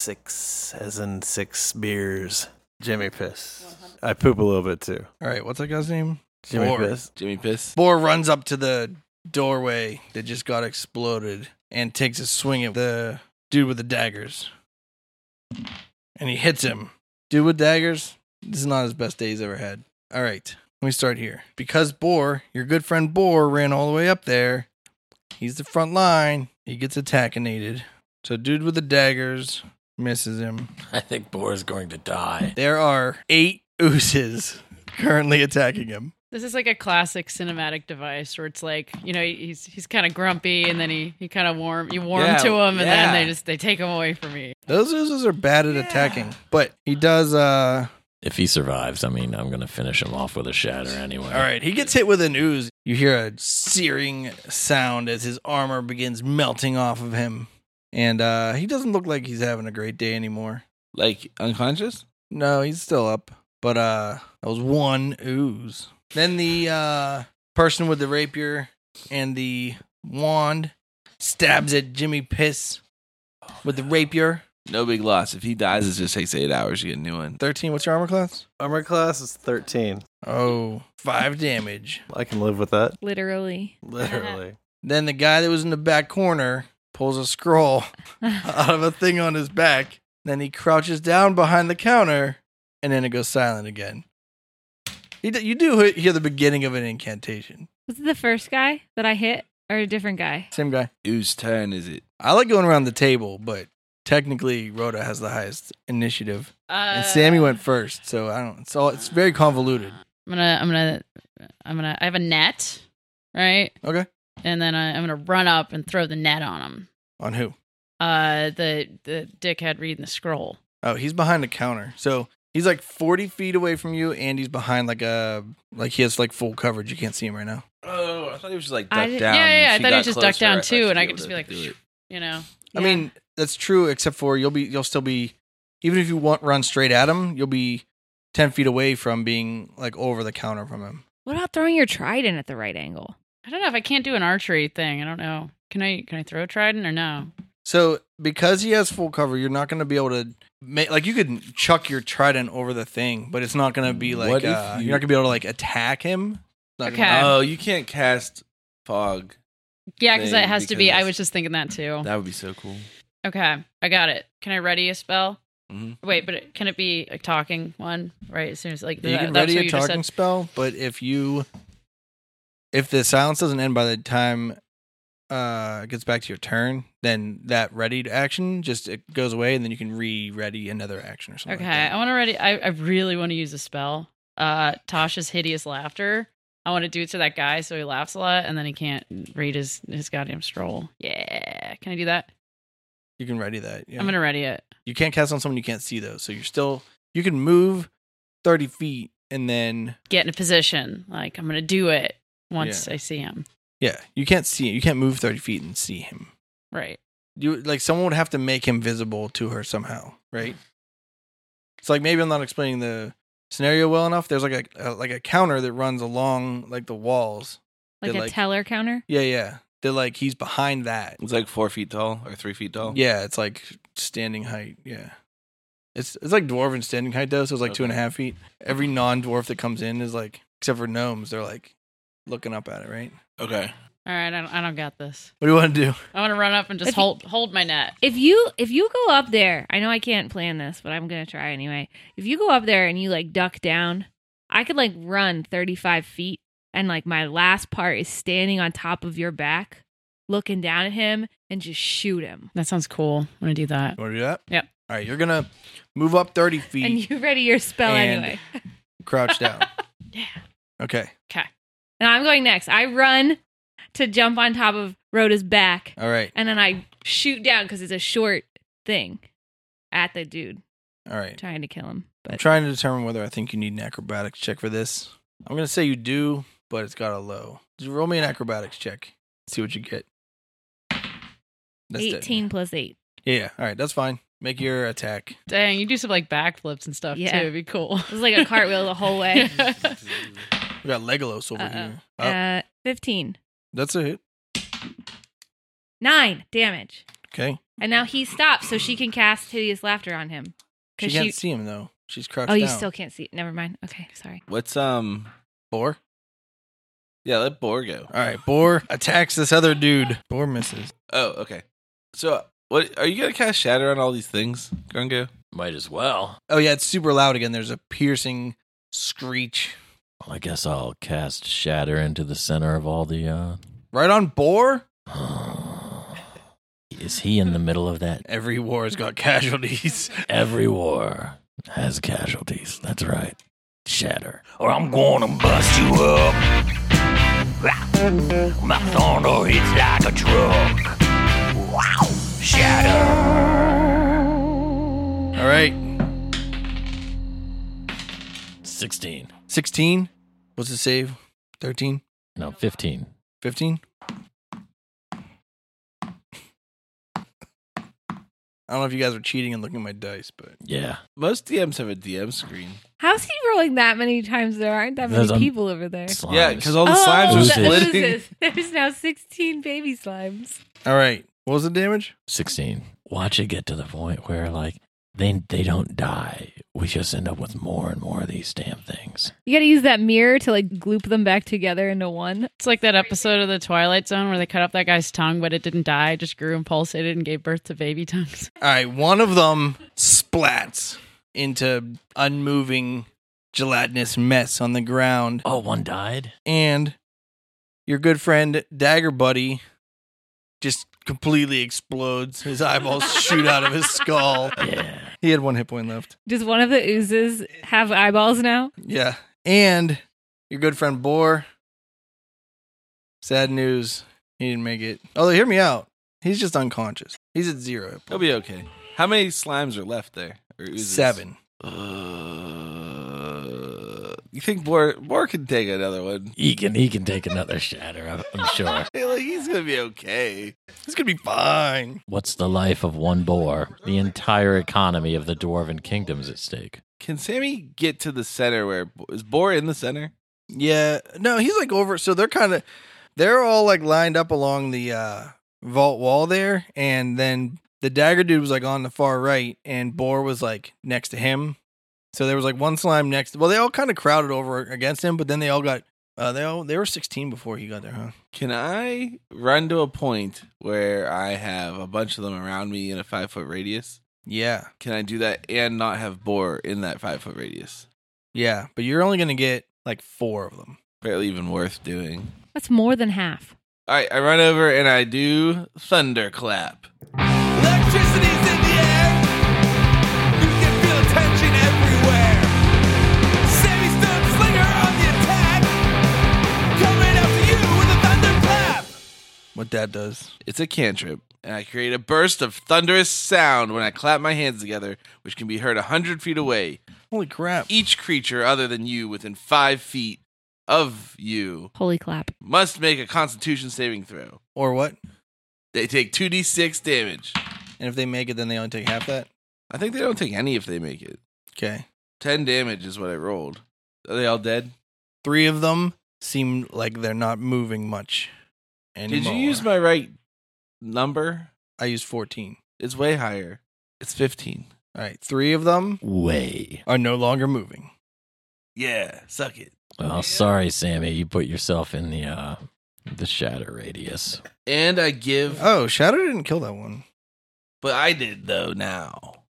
Speaker 7: 6, as in 6 beers. Jimmy Piss. I poop a little bit too.
Speaker 1: All right, what's that guy's name?
Speaker 7: Jimmy
Speaker 1: Four.
Speaker 7: Piss.
Speaker 5: Jimmy Piss.
Speaker 1: Boar runs up to the doorway that just got exploded and takes a swing at the dude with the daggers. And he hits him. Dude with daggers, this is not his best day he's ever had. All right, let me start here. Because Boar, your good friend Boar, ran all the way up there, he's the front line. He gets attackinated. So, dude with the daggers misses him.
Speaker 3: I think Boar is going to die.
Speaker 1: There are eight oozes currently attacking him.
Speaker 6: This is like a classic cinematic device where it's like, you know, he's he's kind of grumpy and then he, he kind of warm you warm
Speaker 5: Yeah,
Speaker 6: to him and
Speaker 5: yeah.
Speaker 6: then they just they take him away from you.
Speaker 1: Those oozes are bad at attacking, but he does. uh
Speaker 3: If he survives, I mean, I'm going to finish him off with a shatter anyway.
Speaker 1: All right, he gets hit with an ooze. You hear a searing sound as his armor begins melting off of him, and uh he doesn't look like he's having a great day anymore.
Speaker 5: Like unconscious?
Speaker 1: No, he's still up, but uh that was one ooze. Then the uh person with the rapier and the wand stabs at Jimmy Piss with the rapier.
Speaker 5: No big loss. If he dies, it just takes eight hours. You get a new one.
Speaker 1: Thirteen. What's your armor class?
Speaker 7: Armor class is 13.
Speaker 1: Oh, five damage.
Speaker 7: I can live with that.
Speaker 2: Literally.
Speaker 7: Literally.
Speaker 1: Then the guy that was in the back corner pulls a scroll out of a thing on his back. Then he crouches down behind the counter, and then it goes silent again. You do, you do he- hear the beginning of an incantation.
Speaker 2: Was it the first guy that I hit or a different guy?
Speaker 1: Same guy.
Speaker 5: Whose turn is it?
Speaker 1: I like going around the table, but technically Rhoda has the highest initiative,
Speaker 6: Uh,
Speaker 1: and Sammy went first. So I don't. So it's very convoluted.
Speaker 6: I'm gonna I'm gonna I'm gonna I have a net, right?
Speaker 1: Okay.
Speaker 6: And then I, I'm gonna run up and throw the net on him.
Speaker 1: On who?
Speaker 6: Uh, the the dickhead reading the scroll.
Speaker 1: Oh, he's behind the counter. So he's like forty feet away from you, and he's behind like a like he has like full coverage. You can't see him right now.
Speaker 5: Oh, I thought he was just like
Speaker 2: I
Speaker 5: ducked
Speaker 2: didn't-
Speaker 5: down.
Speaker 6: yeah,
Speaker 5: and
Speaker 6: yeah, I
Speaker 5: she
Speaker 6: thought he
Speaker 5: got
Speaker 6: just ducked
Speaker 5: closer.
Speaker 6: down
Speaker 5: thought
Speaker 6: too,
Speaker 5: she'd
Speaker 6: and I
Speaker 5: be
Speaker 6: could
Speaker 5: able
Speaker 6: just
Speaker 5: to
Speaker 6: be like,
Speaker 5: do it.
Speaker 6: you know,
Speaker 1: I mean, that's true, except for you'll be you'll still be even if you want run straight at him, you'll be ten feet away from being like over the counter from him.
Speaker 2: What about throwing your trident at the right angle?
Speaker 6: I don't know if I can't do an archery thing. I don't know. Can I can I throw a trident or no?
Speaker 1: So because he has full cover, you're not going to be able to make like you can chuck your trident over the thing, but it's not going to be like
Speaker 5: What if
Speaker 1: uh,
Speaker 5: you-
Speaker 1: you... are not going to be able to like attack him. It's not gonna-
Speaker 6: Okay.
Speaker 5: Oh, you can't cast fog.
Speaker 6: Yeah, because
Speaker 5: Thing,
Speaker 6: that has to be.
Speaker 5: because-
Speaker 6: I was just thinking that too.
Speaker 5: That would be so cool.
Speaker 6: Okay, I got it. Can I ready a spell?
Speaker 5: Mhm.
Speaker 6: Wait, but it, can it be a talking one? Right, as soon as like
Speaker 1: you
Speaker 6: that-
Speaker 1: can
Speaker 6: that's
Speaker 1: ready
Speaker 6: what
Speaker 1: a
Speaker 6: you just
Speaker 1: talking
Speaker 6: said.
Speaker 1: spell, but if you if the silence doesn't end by the time uh it gets back to your turn, then that readied action just it goes away, and then you can re-ready another action or something.
Speaker 6: Okay,
Speaker 1: like that.
Speaker 6: I want to ready. I, I really want to use a spell. Uh, Tasha's hideous laughter. I want to do it to that guy so he laughs a lot and then he can't read his his goddamn scroll. Yeah, can I do that?
Speaker 1: you can ready that. Yeah.
Speaker 6: I'm gonna ready it.
Speaker 1: you can't cast on someone you can't see though, so you're still you can move thirty feet and then
Speaker 6: Get in a position. Like I'm gonna do it once I see him.
Speaker 1: yeah, you can't see you can't move thirty feet and see him.
Speaker 6: Right.
Speaker 1: you like someone would have to make him visible to her somehow, right? It's like maybe I'm not explaining the scenario well enough. There's like a, a like a counter that runs along like the walls.
Speaker 2: Like
Speaker 1: They're
Speaker 2: a
Speaker 1: like-
Speaker 2: teller counter?
Speaker 1: Yeah, yeah. They're like he's behind that.
Speaker 5: It's like four feet tall or three feet tall.
Speaker 1: Yeah, it's like standing height. Yeah, it's it's like dwarven standing height though. So it's like two and a
Speaker 5: Okay.
Speaker 1: half feet. Every non-dwarf that comes in is like, except for gnomes, they're like looking up at it, right?
Speaker 5: Okay.
Speaker 6: All right. I don't, I don't got this.
Speaker 1: What do you want to do?
Speaker 6: I want to run up and just
Speaker 2: If you-
Speaker 6: hold hold my net.
Speaker 2: If you if you go up there, I know I can't plan this, but I'm gonna try anyway. If you go up there and you like duck down, I could like run 35 feet, and like my last part is standing on top of your back, looking down at him, and just shoot him.
Speaker 6: That sounds cool. I'm gonna do that.
Speaker 1: You want to do that?
Speaker 6: Yep.
Speaker 1: All right, you're gonna move up thirty feet,
Speaker 2: And you ready your spell
Speaker 1: And-
Speaker 2: anyway.
Speaker 1: crouch down.
Speaker 6: Yeah.
Speaker 1: Okay.
Speaker 2: And I'm going next. I run to jump on top of Rhoda's back,
Speaker 1: All right.
Speaker 2: and then I shoot down because it's a short thing at the dude
Speaker 1: All right.
Speaker 2: trying to kill him.
Speaker 1: I'm
Speaker 2: But
Speaker 1: trying to determine whether I think you need an acrobatics check for this. I'm gonna say you do, but it's got a low. Just roll me an acrobatics check. See what you get. That's it.
Speaker 2: 18 plus 8.
Speaker 1: Yeah, yeah. All right. That's fine. Make your attack.
Speaker 6: Dang, you do some like backflips and stuff
Speaker 2: Yeah.
Speaker 6: too. It'd be cool.
Speaker 2: It was like a cartwheel the whole way.
Speaker 1: We got Legolas over
Speaker 2: Uh-oh.
Speaker 1: here. Oh,
Speaker 2: Uh, 15.
Speaker 1: that's a hit.
Speaker 2: Nine damage.
Speaker 1: Okay.
Speaker 2: And now he stops so she can cast Hideous Laughter on him.
Speaker 1: She
Speaker 2: 'Cause
Speaker 1: can't
Speaker 2: she-
Speaker 1: see him though. She's crouched.
Speaker 2: Oh, you
Speaker 1: down.
Speaker 2: still can't see. Never mind. Okay, sorry.
Speaker 5: What's um?
Speaker 1: Boar.
Speaker 5: Yeah, let Boar go.
Speaker 1: All right. Boar attacks this other dude. Boar misses.
Speaker 5: Oh, okay. So, what are you gonna cast Shatter on all these things, Grungo?
Speaker 3: Might as well.
Speaker 1: Oh yeah, it's super loud again. There's a piercing screech
Speaker 3: Well, I guess I'll cast Shatter into the center of all the.
Speaker 1: right on Boar.
Speaker 3: uh Is he in the middle of that?
Speaker 1: Every war's got casualties.
Speaker 3: Every war has casualties. That's right. Shatter. Or I'm gonna bust you up. My thunder hits like a truck. Wow. Shatter.
Speaker 1: All right.
Speaker 3: 16.
Speaker 1: 16. What's the save? 13?
Speaker 3: No, 15.
Speaker 1: 15? I don't know if you guys are cheating and looking at my dice, but
Speaker 3: Yeah.
Speaker 5: Most DMs have a DM screen.
Speaker 2: How's he rolling that many times? There aren't that many
Speaker 3: There's a-
Speaker 2: people over there.
Speaker 3: Slimes.
Speaker 5: Yeah, because all the slimes
Speaker 3: Oh,
Speaker 5: are
Speaker 3: the
Speaker 5: splitting.
Speaker 2: oozes. There's now 16 baby slimes.
Speaker 1: all right. What was the damage?
Speaker 3: 16. Watch it get to the point where, like, they, they don't die. We just end up with more and more of these damn things.
Speaker 2: You gotta use that mirror to like gloop them back together into one.
Speaker 6: It's like that episode of The Twilight Zone where they cut off that guy's tongue, but it didn't die. It just grew and pulsated and gave birth to baby tongues.
Speaker 1: All right, one of them splats into unmoving gelatinous mess on the ground
Speaker 3: Oh, one died?
Speaker 1: and your good friend Dagger Buddy just completely explodes. His eyeballs shoot out of his skull.
Speaker 3: Yeah.
Speaker 1: He had one hit point left.
Speaker 2: Does one of the oozes have eyeballs now?
Speaker 1: Yeah. And your good friend Boar. Sad news. He didn't make it. Although, hear me out. He's just unconscious. He's at zero.
Speaker 5: He'll be okay. How many slimes are left there? Or oozes?
Speaker 1: Seven.
Speaker 5: Uh, You think Boar Boar can take another one?
Speaker 3: He can he can take another shatter. I'm, I'm sure.
Speaker 5: Hey, like, he's gonna be okay.
Speaker 1: It's gonna be fine.
Speaker 3: What's the life of one boar? The entire economy of the dwarven kingdom's at stake.
Speaker 5: Can Sammy get to the center? Where is Boar in the center?
Speaker 1: Yeah. No, he's like over so they're kind of they're all like lined up along the uh vault wall there and then the dagger dude was like on the far right and Boar was like next to him. So there was like one slime next. Well, they all kind of crowded over against him, but then they all got uh they all they were 16 before he got there, huh?
Speaker 5: Can I run to a point where I have a bunch of them around me in a five foot radius?
Speaker 1: Yeah.
Speaker 5: Can I do that and not have Boar in that five foot radius?
Speaker 1: Yeah, but you're only going to get like 4 of them.
Speaker 5: Barely even worth doing.
Speaker 2: That's more than half.
Speaker 5: All right, I run over and I do thunderclap.
Speaker 8: Electricity's in the air. You can feel tension everywhere. Sammy Stone Slinger on the attack. Coming after you with a thunderclap.
Speaker 1: What that does.
Speaker 5: It's a cantrip, and I create a burst of thunderous sound when I clap my hands together, which can be heard a hundred feet away.
Speaker 1: Holy crap.
Speaker 5: Each creature other than you within five feet of you
Speaker 2: Holy clap.
Speaker 5: must make a Constitution saving throw.
Speaker 1: Or what?
Speaker 5: They take two d six damage.
Speaker 1: And if they make it then they only take half that.
Speaker 5: I think they don't take any if they make it.
Speaker 1: Okay.
Speaker 5: 10 damage is what I rolled. Are they all dead?
Speaker 1: 3 of them seem like they're not moving much. Anymore.
Speaker 5: Did you use my right number?
Speaker 1: I used 14.
Speaker 5: It's way higher. It's 15.
Speaker 1: All right, 3 of them
Speaker 3: Way.
Speaker 1: are no longer moving.
Speaker 5: Yeah, suck it.
Speaker 3: Well, sorry, Sammy. You put yourself in the uh the shatter radius.
Speaker 5: And I give.
Speaker 1: Oh, Shadow didn't kill that one.
Speaker 5: But I did, though, now.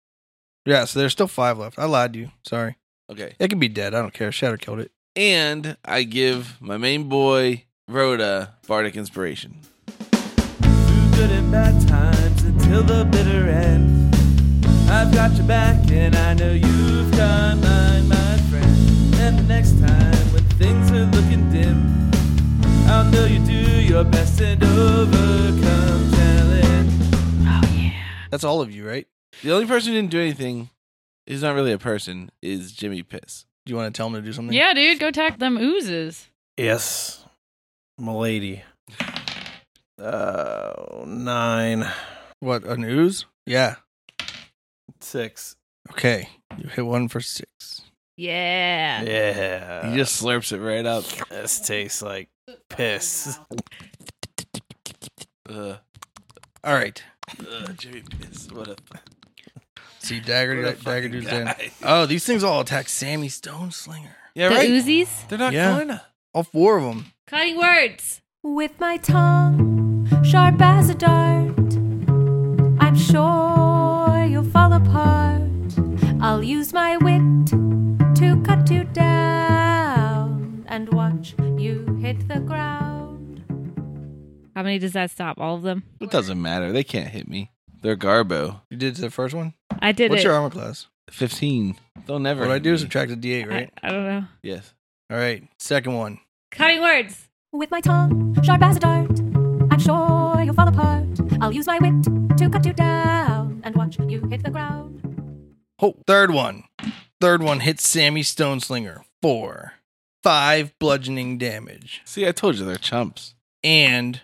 Speaker 1: Yeah, so there's still 5 left. I lied to you. Sorry.
Speaker 5: Okay.
Speaker 1: It could be dead. I don't care. Shadow killed it.
Speaker 5: And I give my main boy, Rhoda, Bardic Inspiration.
Speaker 8: Through good and bad times until the bitter end. I've got your back and I know you've got mine, my friend. And the next time when things are looking dim, I'll know you do your best and overcome talent.
Speaker 1: That's all of you, right?
Speaker 5: The only person who didn't do anything, he's not really a person, is Jimmy Piss.
Speaker 1: Do you want to tell him to do something?
Speaker 6: Yeah, dude, go attack them oozes.
Speaker 7: Yes, milady. Uh, nine,
Speaker 1: What, an ooze? Yeah.
Speaker 7: six.
Speaker 1: Okay. You hit one for 6.
Speaker 2: Yeah.
Speaker 7: Yeah,
Speaker 5: he just slurps it right up.
Speaker 7: this tastes like piss.
Speaker 5: Ugh,
Speaker 1: All right.
Speaker 5: ugh, Jimmy Piss. What a,
Speaker 1: See, dagger,
Speaker 5: what a
Speaker 1: dagger
Speaker 5: fucking
Speaker 1: dude's dead.
Speaker 5: guy.
Speaker 1: Oh, these things all attack Sammy Stone Slinger.
Speaker 5: Yeah,
Speaker 2: the
Speaker 5: right?
Speaker 2: Uzis?
Speaker 5: They're not
Speaker 1: Yeah.
Speaker 5: kind of.
Speaker 1: All four of them.
Speaker 2: Cutting words.
Speaker 4: With my tongue sharp as a dart, I'm sure you'll fall apart. I'll use my wit to cut you down and watch you hit the ground.
Speaker 2: How many does that stop? All of them?
Speaker 5: It doesn't matter. They can't hit me. They're Garbo.
Speaker 1: You did the first one?
Speaker 2: I did
Speaker 1: What's
Speaker 2: it.
Speaker 1: your armor class?
Speaker 5: 15. They'll never.
Speaker 1: What I
Speaker 5: hit
Speaker 1: do
Speaker 5: me.
Speaker 1: is subtract a d8, right?
Speaker 2: I, I don't know.
Speaker 5: Yes.
Speaker 1: All right. Second one.
Speaker 2: Cutting words.
Speaker 4: With my tongue sharp as a dart, I'm sure you'll fall apart. I'll use my wit to cut you down and watch you hit the ground.
Speaker 1: Oh, third one. Third one hits Sammy Stone Slinger. Four. Five bludgeoning damage.
Speaker 5: See, I told you they're chumps.
Speaker 1: And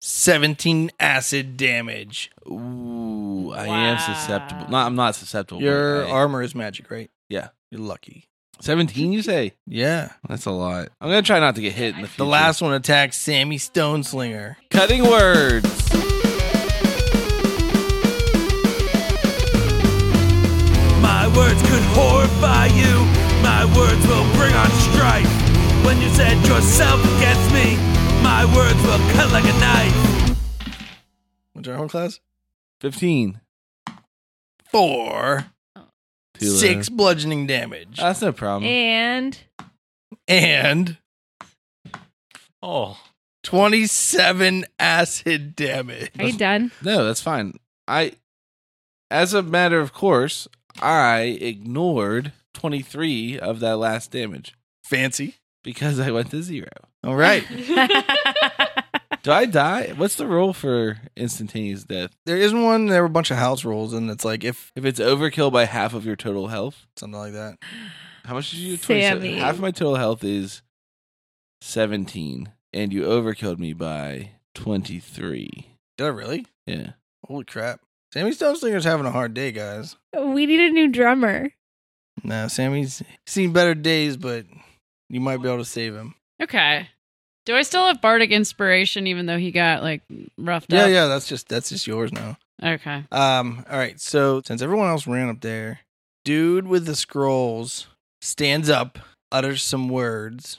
Speaker 1: 17 acid damage.
Speaker 5: Ooh, I am susceptible.
Speaker 6: Wow.
Speaker 5: No, I'm not susceptible. but
Speaker 1: Your
Speaker 5: I-
Speaker 1: armor is magic, right?
Speaker 5: Oh, Yeah.
Speaker 1: You're lucky.
Speaker 5: 17, you say?
Speaker 1: Yeah.
Speaker 5: That's a lot. I'm going to try not to get hit in the future.
Speaker 1: The last one attacks Sammy Stone Slinger.
Speaker 5: Cutting words.
Speaker 8: My words could horrify you. My words will bring on strife. When you set yourself against me, my words will cut like a knife.
Speaker 1: What's your armor class?
Speaker 5: 15.
Speaker 1: Four.
Speaker 5: Too Ah. low.
Speaker 1: Six bludgeoning damage.
Speaker 5: That's no
Speaker 1: Um,
Speaker 5: problem.
Speaker 2: And
Speaker 1: and
Speaker 3: Oh.
Speaker 1: 27 acid damage.
Speaker 2: are you done?
Speaker 5: No, that's fine. I, as a matter of course, I ignored 23 of that last damage
Speaker 1: Fancy.
Speaker 5: because I went to zero.
Speaker 1: All right.
Speaker 5: Do I die? What's the rule for instantaneous death?
Speaker 1: There isn't one. There were a bunch of house rules, and it's like if
Speaker 5: If it's overkill by half of your total health,
Speaker 1: something like that.
Speaker 5: how much did you? 27?
Speaker 2: Sammy.
Speaker 5: Half of my total health is seventeen, and you overkilled me by twenty-three.
Speaker 1: Did I really?
Speaker 5: Yeah.
Speaker 1: Holy crap! Sammy Stoneslinger's having a hard day, guys.
Speaker 2: We need a new drummer.
Speaker 1: No, Sammy's seen better days, but you might be able to save him.
Speaker 6: Okay. Do I still have bardic inspiration even though he got like roughed
Speaker 1: Yeah,
Speaker 6: up?
Speaker 1: yeah. That's just that's just yours now.
Speaker 6: yeah. Okay.
Speaker 1: Um, all right. So since everyone else ran up there, dude with the scrolls stands up, utters some words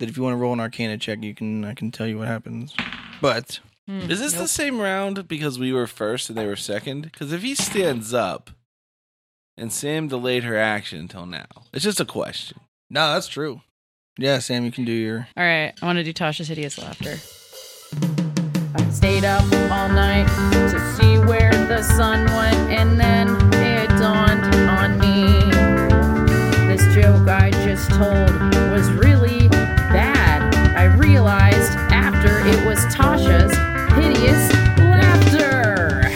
Speaker 1: that if you want to roll an Arcana check, you can. I can tell you what happens. But
Speaker 2: Hmm.
Speaker 5: Is this the same round because we were first and they were second? Because if he stands up, and Sam delayed her action until now, it's just a question.
Speaker 1: no, that's true. Yeah, Sam, you can do your.
Speaker 6: All right. I want to do Tasha's hideous laughter. I stayed up all night to see where the sun went, and then it dawned on me. This joke I just told was really bad. I realized after it was Tasha's hideous laughter.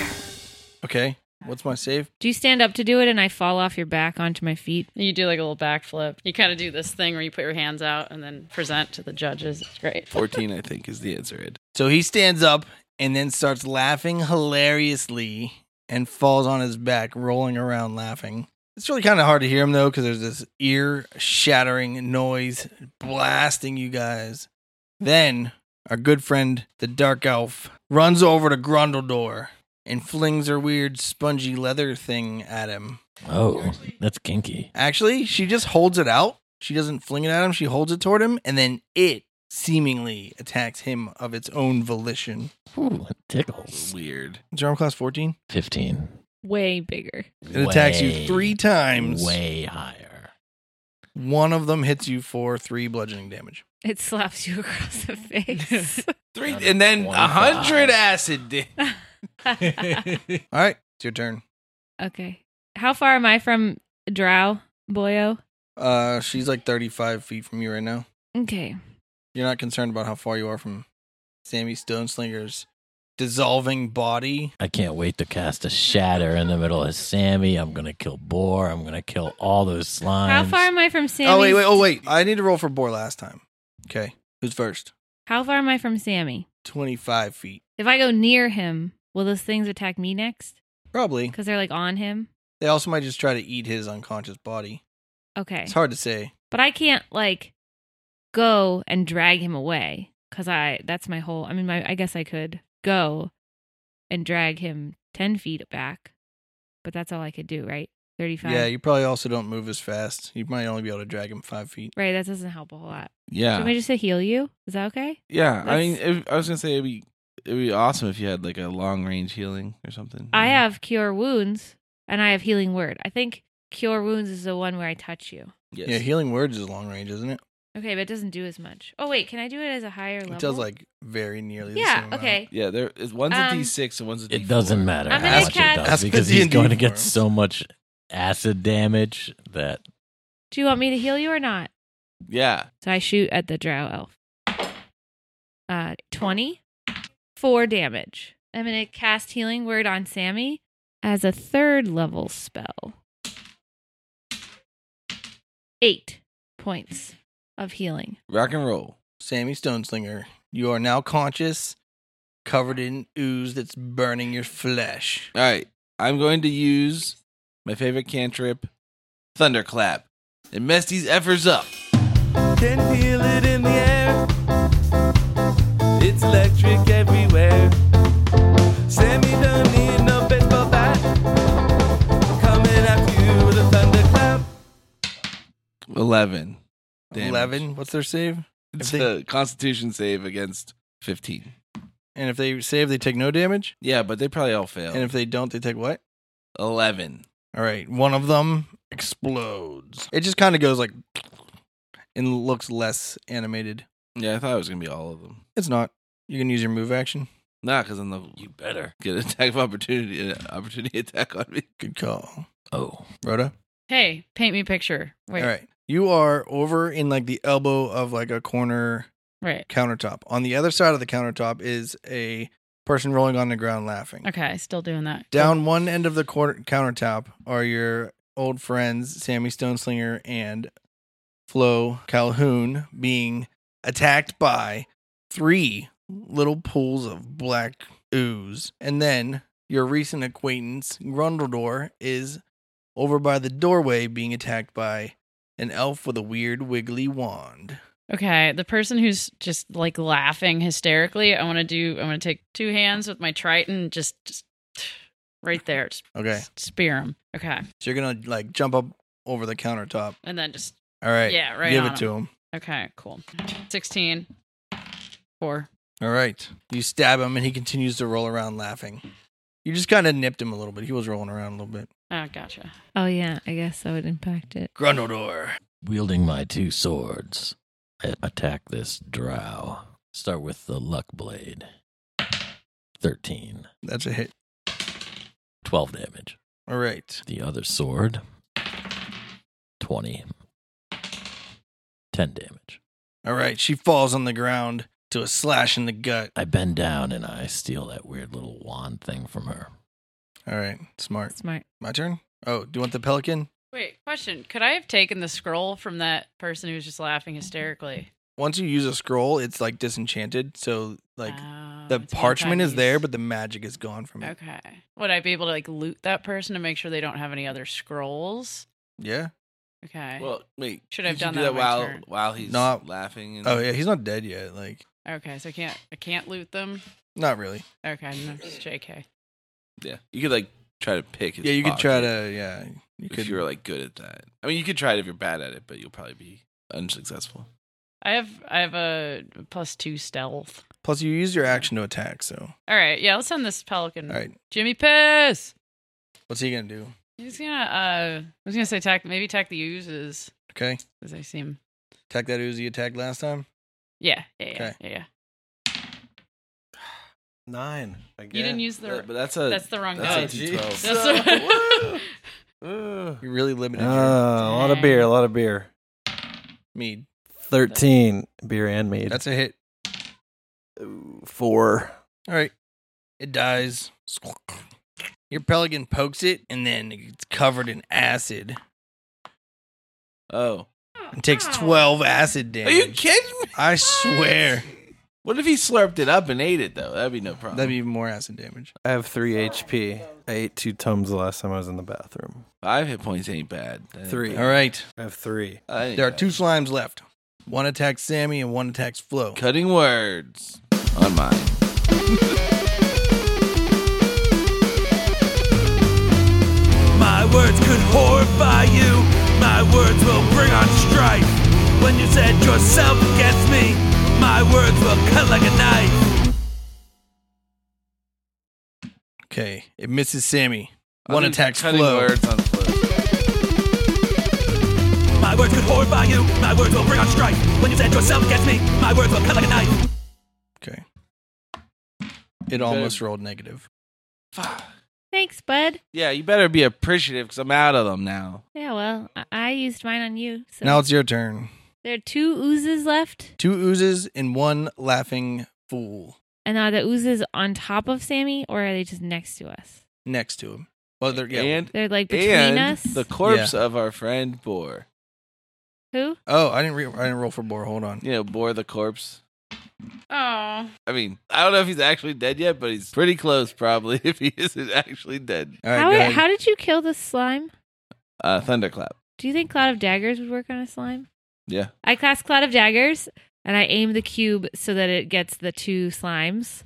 Speaker 1: Okay, what's my save?
Speaker 2: Do you stand up to do it and I fall off your back onto my feet?
Speaker 6: You do like a little backflip. You kind of do this thing where you put your hands out and then present to the judges. It's great.
Speaker 5: Fourteen, I think, is the answer. Ed.
Speaker 1: So he stands up and then starts laughing hilariously and falls on his back, rolling around laughing. It's really kind of hard to hear him though, because there's this ear shattering noise blasting you guys. Then our good friend, the dark elf, runs over to Grundledor and flings her weird spongy leather thing at him.
Speaker 3: Oh, that's kinky.
Speaker 1: Actually, she just holds it out. She doesn't fling it at him, she holds it toward him, and then it seemingly attacks him of its own volition.
Speaker 3: Ooh, it tickles.
Speaker 5: Weird.
Speaker 1: Is your arm class 14?
Speaker 3: 15.
Speaker 2: Way bigger.
Speaker 1: It attacks you
Speaker 3: Way-
Speaker 1: three times.
Speaker 3: Way higher.
Speaker 1: One of them hits you for three bludgeoning damage.
Speaker 2: It slaps you across the face.
Speaker 5: Three,
Speaker 3: Out of
Speaker 5: and then a
Speaker 3: 25.
Speaker 5: hundred acid. da-
Speaker 1: All right, it's your turn.
Speaker 2: okay. How far am I from Drow, Boyo?
Speaker 1: Uh, she's like 35 feet from you right now.
Speaker 2: Okay.
Speaker 1: You're not concerned about how far you are from Sammy Stoneslinger's dissolving body.
Speaker 3: I can't wait to cast a shatter in the middle of Sammy. I'm going to kill Boar. I'm going to kill all those slimes.
Speaker 2: How far am I from Sammy?
Speaker 1: Oh, wait, wait, oh, wait. I need to roll for Boar last time. Okay, who's first?
Speaker 2: How far am I from Sammy?
Speaker 1: 25 feet.
Speaker 2: If I go near him, will those things attack me next?
Speaker 1: Probably.
Speaker 2: Because they're like on him.
Speaker 1: They also might just try to eat his unconscious body.
Speaker 2: Okay.
Speaker 1: It's hard to say.
Speaker 2: But I can't like go and drag him away because I that's my whole. I mean, my I guess I could go and drag him ten feet back, but that's all I could do, right? Thirty-five.
Speaker 1: Yeah, you probably also don't move as fast. You might only be able to drag him five feet.
Speaker 2: right. That doesn't help a whole lot.
Speaker 5: Yeah.
Speaker 2: Should I just to heal you? Is that okay?
Speaker 5: Yeah, I
Speaker 2: That's-
Speaker 5: mean, if, I was gonna say it'd be it'd be awesome if you had like a long range healing or something. Mm-hmm.
Speaker 2: I
Speaker 1: Mm-hmm.
Speaker 2: have cure wounds and I have healing word. I think cure wounds is the one where I touch you.
Speaker 5: Yes.
Speaker 1: Yeah, healing words is long range, isn't it?
Speaker 2: Okay, but it doesn't do as much. Oh wait, can I do it as a higher level?
Speaker 1: It does like very nearly. The
Speaker 2: yeah.
Speaker 1: same amount.
Speaker 2: Okay.
Speaker 5: yeah. There is one's a
Speaker 2: Um,
Speaker 5: D six and one's a D.
Speaker 3: It doesn't matter
Speaker 2: I'm
Speaker 3: how
Speaker 2: gonna
Speaker 3: much
Speaker 2: cast-
Speaker 3: it
Speaker 1: Ask
Speaker 3: does
Speaker 1: the
Speaker 3: because he's
Speaker 1: D&D
Speaker 3: going to get
Speaker 1: forums.
Speaker 3: so much acid damage that
Speaker 2: Do you want me to heal you or not?
Speaker 5: Yeah.
Speaker 2: So I shoot at the drow elf. Uh, 20. Four damage. I'm going to cast Healing Word on Sammy as a third level spell. Eight points of healing.
Speaker 5: Rock and roll.
Speaker 1: Sammy Stoneslinger, you are now conscious, covered in ooze that's burning your flesh.
Speaker 5: All right. I'm going to use my favorite cantrip, thunderclap. It messed these effers up.
Speaker 8: Can feel it in the air. It's electric everywhere. Sammy don't need no baseball bat. Coming after you with a thunderclap.
Speaker 5: Eleven. Damage.
Speaker 1: Eleven. What's their save?
Speaker 5: It's
Speaker 1: If they-
Speaker 5: a Constitution save against fifteen.
Speaker 1: And if they save, they take no damage.
Speaker 5: Yeah, but they probably all fail.
Speaker 1: And if they don't, they take what?
Speaker 5: Eleven.
Speaker 1: All right, one of them explodes. It just kind of goes like, and looks less animated.
Speaker 5: Yeah, I thought it was gonna be all of them.
Speaker 1: It's not. You can use your move action.
Speaker 5: Nah, because then they'll
Speaker 3: you better.
Speaker 5: get an attack of opportunity, an opportunity attack on me.
Speaker 1: Good call,
Speaker 3: Oh,
Speaker 1: Rhoda.
Speaker 6: Hey, paint me a picture. Wait.
Speaker 1: All right. You are over in like the elbow of like a corner
Speaker 6: Right.
Speaker 1: countertop. On the other side of the countertop is a person rolling on the ground laughing.
Speaker 6: Okay. Still doing that.
Speaker 1: Down one end of the quarter- countertop are your old friends, Sammy Stoneslinger and Flo Calhoun, being attacked by three little pools of black ooze. And then your recent acquaintance, Grundledor, is over by the doorway being attacked by an elf with a weird wiggly wand.
Speaker 6: Okay, the person who's just like laughing hysterically, I want to do. I'm going to take two hands with my triton, just, just right there, just
Speaker 1: Okay.
Speaker 6: spear him. Okay,
Speaker 1: So you're going to like jump up over the countertop.
Speaker 6: and then just
Speaker 1: All right.
Speaker 6: Yeah, right
Speaker 1: Give
Speaker 6: on
Speaker 1: it to him.
Speaker 6: okay, cool. Sixteen, four.
Speaker 1: All right. You stab him and he continues to roll around laughing. You just kind of nipped him a little bit. He was rolling around a little bit.
Speaker 6: Oh, gotcha.
Speaker 2: Oh yeah, I guess that would impact it.
Speaker 1: Grundledor.
Speaker 3: Wielding my two swords, I attack this drow. Start with the luck blade. 13.
Speaker 1: That's a hit.
Speaker 3: 12 damage.
Speaker 1: All right.
Speaker 3: The other sword, 20. 10 damage.
Speaker 1: All right. She falls on the ground to a slash in the gut.
Speaker 3: I bend down and I steal that weird little wand thing from her.
Speaker 1: All right. Smart.
Speaker 2: Smart.
Speaker 1: My turn? Oh, do you want the pelican?
Speaker 6: Wait, question: Could I have taken the scroll from that person who was just laughing hysterically?
Speaker 1: Once you use a scroll, it's like disenchanted. So, like,
Speaker 6: Oh,
Speaker 1: the
Speaker 6: it's
Speaker 1: parchment is
Speaker 6: anti-use.
Speaker 1: there, but the magic is gone from it.
Speaker 6: okay, would I be able to like loot that person to make sure they don't have any other scrolls?
Speaker 1: Yeah.
Speaker 6: Okay.
Speaker 5: Well, wait.
Speaker 6: Should I have
Speaker 5: did you
Speaker 6: done
Speaker 5: do
Speaker 6: that on my
Speaker 5: while
Speaker 6: turn?
Speaker 5: while he's
Speaker 1: Not-
Speaker 5: laughing? And,
Speaker 1: Oh, yeah. He's not dead yet. Like,
Speaker 6: okay, so I can't I can't loot them.
Speaker 1: not really.
Speaker 6: Okay, no, it's JK.
Speaker 5: yeah. You could like try to pick. His
Speaker 1: Yeah, you could try
Speaker 5: pocket
Speaker 1: to, yeah. You
Speaker 5: if
Speaker 1: could.
Speaker 5: you were like good at that. I mean, you could try it if you're bad at it, but you'll probably be unsuccessful.
Speaker 6: I have I have a plus two stealth.
Speaker 1: Plus, you use your action to attack. So,
Speaker 6: All right, yeah, let's send this pelican.
Speaker 1: all right.
Speaker 6: Jimmy Piss.
Speaker 1: What's he going to do?
Speaker 6: He's gonna. uh I was gonna say attack. Maybe attack the oozes
Speaker 1: Okay.
Speaker 6: as they seem.
Speaker 1: Attack that Uzi attack last time.
Speaker 6: Yeah, yeah, yeah,
Speaker 1: Okay.
Speaker 6: yeah, yeah.
Speaker 7: Nine. Oh, Again.
Speaker 6: You didn't use the.
Speaker 5: But, but that's a
Speaker 6: that's the wrong
Speaker 5: that's
Speaker 6: that's
Speaker 5: a
Speaker 6: node.
Speaker 7: node.
Speaker 5: D12.
Speaker 7: Jeez.
Speaker 6: That's the-
Speaker 7: Ugh.
Speaker 1: You really limited
Speaker 5: Uh,
Speaker 1: your
Speaker 7: Ah, a lot of beer, a lot of beer.
Speaker 1: mead.
Speaker 7: 13 beer and mead.
Speaker 1: That's a hit.
Speaker 7: Ooh, four.
Speaker 1: All right. It dies. Your pelican pokes it, and then it's covered in acid
Speaker 5: Oh,
Speaker 1: and takes 12 acid
Speaker 5: are you
Speaker 1: damage.
Speaker 5: kidding me?
Speaker 1: I swear.
Speaker 5: What if he slurped it up and ate it though? That'd be no problem.
Speaker 1: That'd be even more acid damage.
Speaker 7: I have three HP. I ate two tums the last time I was in the bathroom.
Speaker 5: Five hit points ain't bad. That ain't
Speaker 7: Three.
Speaker 1: All right.
Speaker 7: I have three.
Speaker 5: bad. That ain't
Speaker 1: There are
Speaker 5: bad.
Speaker 1: two slimes left. One attacks Sammy, and one attacks Flo.
Speaker 5: cutting words on mine.
Speaker 8: My words could horrify you. My words will bring on strife. When you set yourself against me, my words will cut like a knife.
Speaker 1: Okay. It misses Sammy.
Speaker 5: I
Speaker 1: One
Speaker 5: think
Speaker 1: attacks
Speaker 5: cutting
Speaker 1: Flo.
Speaker 5: words on Flo.
Speaker 8: My words could horrify you. My words will bring on strife. When you set yourself against me, my words will cut like a knife.
Speaker 1: Okay. It almost rolled negative.
Speaker 5: Fuck.
Speaker 2: Thanks, bud.
Speaker 5: Yeah, you better be appreciative because I'm out of them now.
Speaker 2: Yeah, well, I, I used mine on you. So
Speaker 1: Now it's your turn.
Speaker 2: there are two oozes left,
Speaker 1: Two oozes and one laughing fool
Speaker 2: and are the oozes on top of Sammy, or are they just next to us?
Speaker 1: next to him. Well, they're, yeah.
Speaker 5: And
Speaker 2: They're like between
Speaker 5: and
Speaker 2: us.
Speaker 5: the corpse of our friend Boar.
Speaker 2: Who?
Speaker 1: oh, I didn't. Re- I didn't roll for boar. Hold on.
Speaker 5: You know, Boar the corpse.
Speaker 6: oh,
Speaker 5: I mean, I don't know if he's actually dead yet, but he's pretty close, probably, if he isn't actually dead.
Speaker 1: All right,
Speaker 2: how,
Speaker 1: go ahead.
Speaker 2: how did you kill this slime?
Speaker 5: Uh, Thunderclap.
Speaker 2: Do you think Cloud of Daggers would work on a slime?
Speaker 5: Yeah.
Speaker 2: I cast Cloud of Daggers and I aim the cube so that it gets the two slimes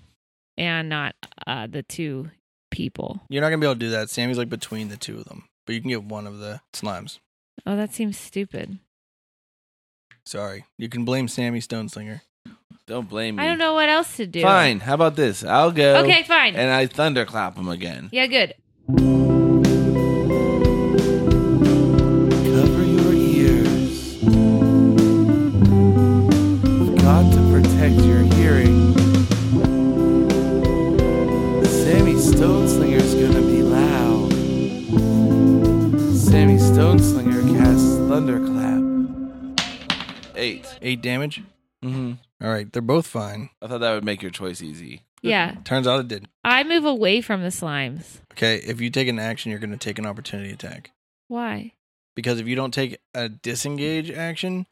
Speaker 2: and not uh, the two people.
Speaker 1: You're not gonna be able to do that. Sammy's like between the two of them, but you can get one of the slimes.
Speaker 2: Oh, that seems stupid.
Speaker 1: Sorry, you can blame Sammy Stoneslinger.
Speaker 5: Don't
Speaker 1: Hmm.
Speaker 5: blame me.
Speaker 2: I don't know what else to do.
Speaker 5: Fine. How about this? I'll go.
Speaker 2: Okay, fine.
Speaker 5: And I thunderclap him again.
Speaker 2: yeah, good.
Speaker 8: Cover your ears. Got to protect your hearing. Sammy Stoneslinger's gonna be loud. Sammy Stoneslinger casts Thunderclap.
Speaker 5: 8
Speaker 1: Eight damage.
Speaker 5: Mm-hmm.
Speaker 1: All right, they're both fine.
Speaker 5: I thought that would make your choice easy.
Speaker 2: Yeah.
Speaker 1: Turns out it did.
Speaker 2: I move away from the slimes.
Speaker 1: Okay, if you take an action, you're going to take an opportunity attack.
Speaker 2: Why?
Speaker 1: Because if you don't take a disengage action,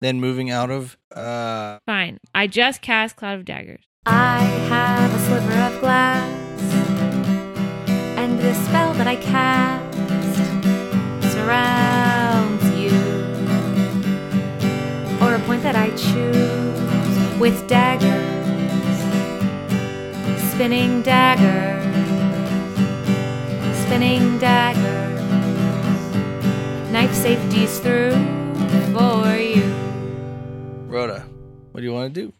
Speaker 1: then moving out of uh
Speaker 2: Fine. I just cast Cloud of Daggers.
Speaker 4: I have a sliver of glass, and the spell that I cast surrounds you, or a point that I choose with daggers, spinning daggers, spinning daggers, knife safety's through for you.
Speaker 1: Rhoda, what do you want to do?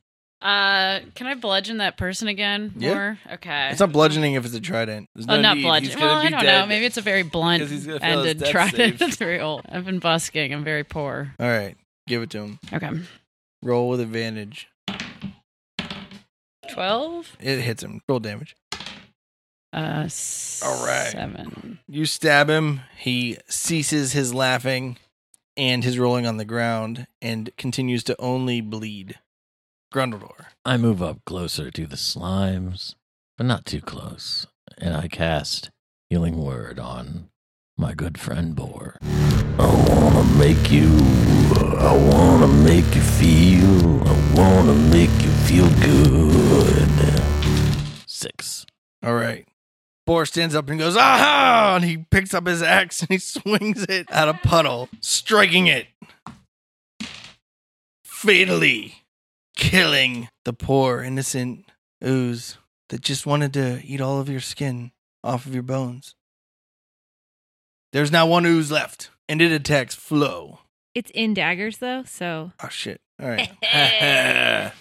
Speaker 6: Uh, can I bludgeon that person again?
Speaker 1: Yeah.
Speaker 6: More? Okay.
Speaker 1: It's not bludgeoning if it's a trident.
Speaker 5: There's
Speaker 6: oh,
Speaker 5: no
Speaker 6: not
Speaker 5: need. He's
Speaker 6: bludgeon.
Speaker 5: gonna
Speaker 6: Well, I
Speaker 5: be
Speaker 6: don't know.
Speaker 5: dead.
Speaker 6: Maybe it's a very blunt
Speaker 5: 'Cause he's gonna fail his
Speaker 6: ended
Speaker 5: death
Speaker 6: trident.
Speaker 5: save.
Speaker 6: It's very old. I've been busking. I'm very poor.
Speaker 1: All right, give it to him.
Speaker 6: Okay.
Speaker 1: Roll with advantage.
Speaker 6: Twelve.
Speaker 1: It hits him. Roll damage.
Speaker 6: Uh. s-
Speaker 1: All right.
Speaker 6: Seven.
Speaker 1: You stab him. He ceases his laughing and his rolling on the ground and continues to only bleed. Grundledor.
Speaker 3: I move up closer to the slimes, but not too close, and I cast Healing Word on my good friend Boar. I wanna make you, I wanna make you feel, I wanna make you feel good. Six.
Speaker 1: All right. Boar stands up and goes, aha! And he picks up his axe and he swings it at a puddle, striking it fatally, killing the poor, innocent ooze that just wanted to eat all of your skin off of your bones. There's now one ooze left, and it attacks Flo.
Speaker 2: It's in daggers though, so
Speaker 1: Oh, shit. All right.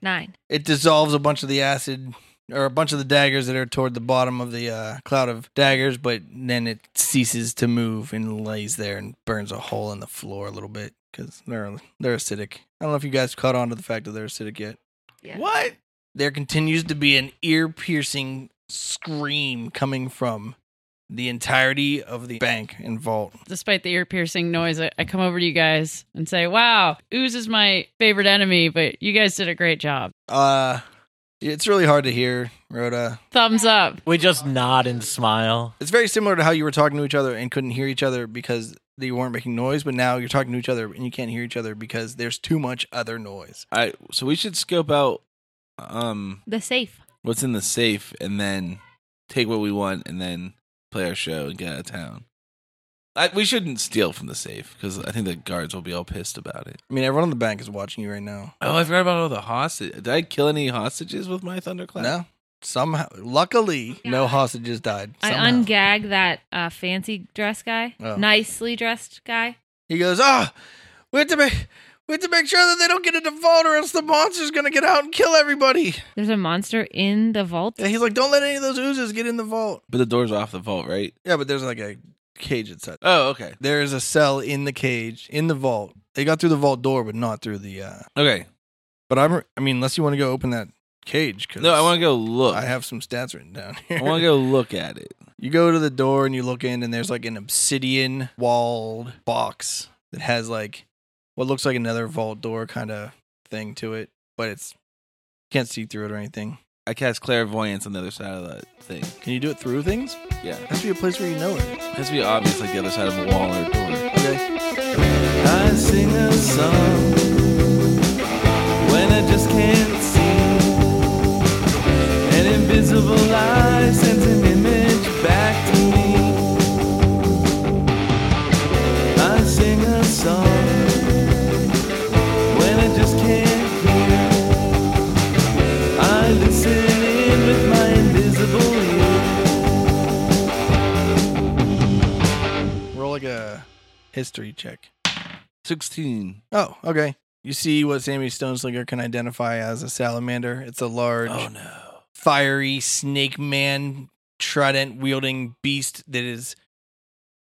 Speaker 2: nine.
Speaker 1: it dissolves a bunch of the acid or a bunch of the daggers that are toward the bottom of the uh, cloud of daggers, but then it ceases to move and lays there and burns a hole in the floor a little bit because they're they're acidic. I don't know if you guys caught on to the fact that they're acidic yet.
Speaker 2: Yeah.
Speaker 1: What? There continues to be an ear piercing scream coming from the entirety of the bank and vault.
Speaker 6: Despite the ear piercing noise, I, I come over to you guys and say, "Wow, ooze is my favorite enemy, but you guys did a great job.
Speaker 1: Uh, it's really hard to hear, Rhoda.
Speaker 6: Thumbs up."
Speaker 3: We just nod and smile.
Speaker 1: It's very similar to how you were talking to each other and couldn't hear each other because they weren't making noise, but now you're talking to each other and you can't hear each other because there's too much other noise.
Speaker 5: I so we should scope out um
Speaker 2: The safe.
Speaker 5: what's in the safe and then take what we want and then play our show and get out of town. I, we shouldn't steal from the safe because I think the guards will be all pissed about it.
Speaker 1: I mean, everyone in the bank is watching you right now.
Speaker 5: Oh, I forgot about all the hostage. Did I kill any hostages with my thunderclap?
Speaker 1: No, somehow, luckily, no hostages died.
Speaker 2: I
Speaker 1: somehow.
Speaker 2: ungag that uh, fancy dress guy,
Speaker 1: Oh.
Speaker 2: nicely dressed guy.
Speaker 1: He goes, ah, we have to make. We have to make sure that they don't get into vault, or else the monster's gonna get out and kill everybody.
Speaker 2: There's a monster in the vault.
Speaker 1: And he's like, "Don't let any of those oozes get in the vault."
Speaker 5: But the door's off the vault, right?
Speaker 1: Yeah, but there's like a cage inside.
Speaker 5: Oh, okay.
Speaker 1: There is a cell in the cage in the vault. They got through the vault door, but not through the uh,
Speaker 5: Okay.
Speaker 1: But I'm. I mean, unless you want to go open that cage, cause
Speaker 5: No, I want to go look.
Speaker 1: I have some stats written down here.
Speaker 5: I want to go look at it.
Speaker 1: You go to the door and you look in, and there's like an obsidian walled box that has like what looks like another vault door kind of thing to it, but it's can't see through it or anything.
Speaker 5: I cast clairvoyance on the other side of that thing.
Speaker 1: Can you do it through things?
Speaker 5: Yeah.
Speaker 1: It has to be a place where you know it.
Speaker 5: It has to be obvious, like the other side of a wall or a door.
Speaker 1: Okay.
Speaker 8: I sing a song when I just can't see. An invisible lie sends an image back to me. I sing a song when I just can't hear. I listen in with my invisible ear.
Speaker 1: Roll like a history check.
Speaker 5: 16.
Speaker 1: Oh, okay. You see what Sammy Stoneslinger can identify as a salamander. It's a large
Speaker 5: Oh, no.
Speaker 1: fiery snake man trident wielding beast that is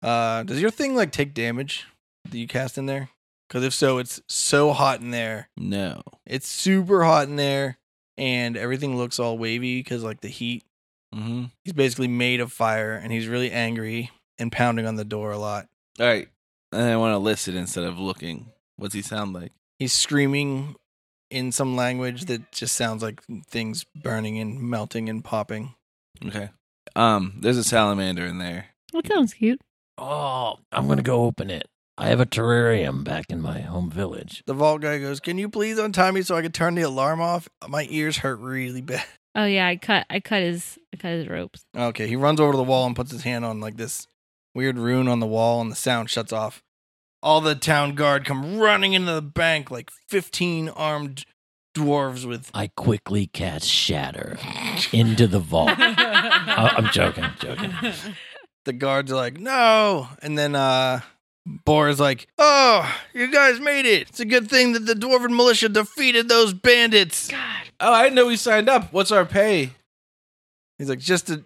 Speaker 1: uh does your thing like take damage that you cast in there because if so it's so hot in there
Speaker 5: No.
Speaker 1: it's super hot in there and everything looks all wavy because like the heat
Speaker 5: Mm-hmm.
Speaker 1: he's basically made of fire and he's really angry and pounding on the door a lot
Speaker 5: All right. And I want to listen instead of looking. What's he sound like?
Speaker 1: He's screaming in some language that just sounds like things burning and melting and popping.
Speaker 5: Okay. Um, there's a salamander in there.
Speaker 2: That sounds cute.
Speaker 3: Oh, I'm gonna go open it. I have a terrarium back in my home village.
Speaker 1: The vault guy goes, "Can you please untie me so I can turn the alarm off? My ears hurt really bad."
Speaker 2: Oh yeah, I cut I cut his I cut his ropes.
Speaker 1: Okay, he runs over to the wall and puts his hand on like this weird rune on the wall, and the sound shuts off. All the town guard come running into the bank like 15 armed dwarves with.
Speaker 3: I quickly cast Shatter into the vault. I- Oh, I'm joking, I'm joking.
Speaker 1: The guards are like, no. And then uh, Boar's like, oh, you guys made it. It's a good thing that the dwarven militia defeated those bandits.
Speaker 5: Oh, I didn't know we signed up. What's our pay?
Speaker 1: He's like, just a,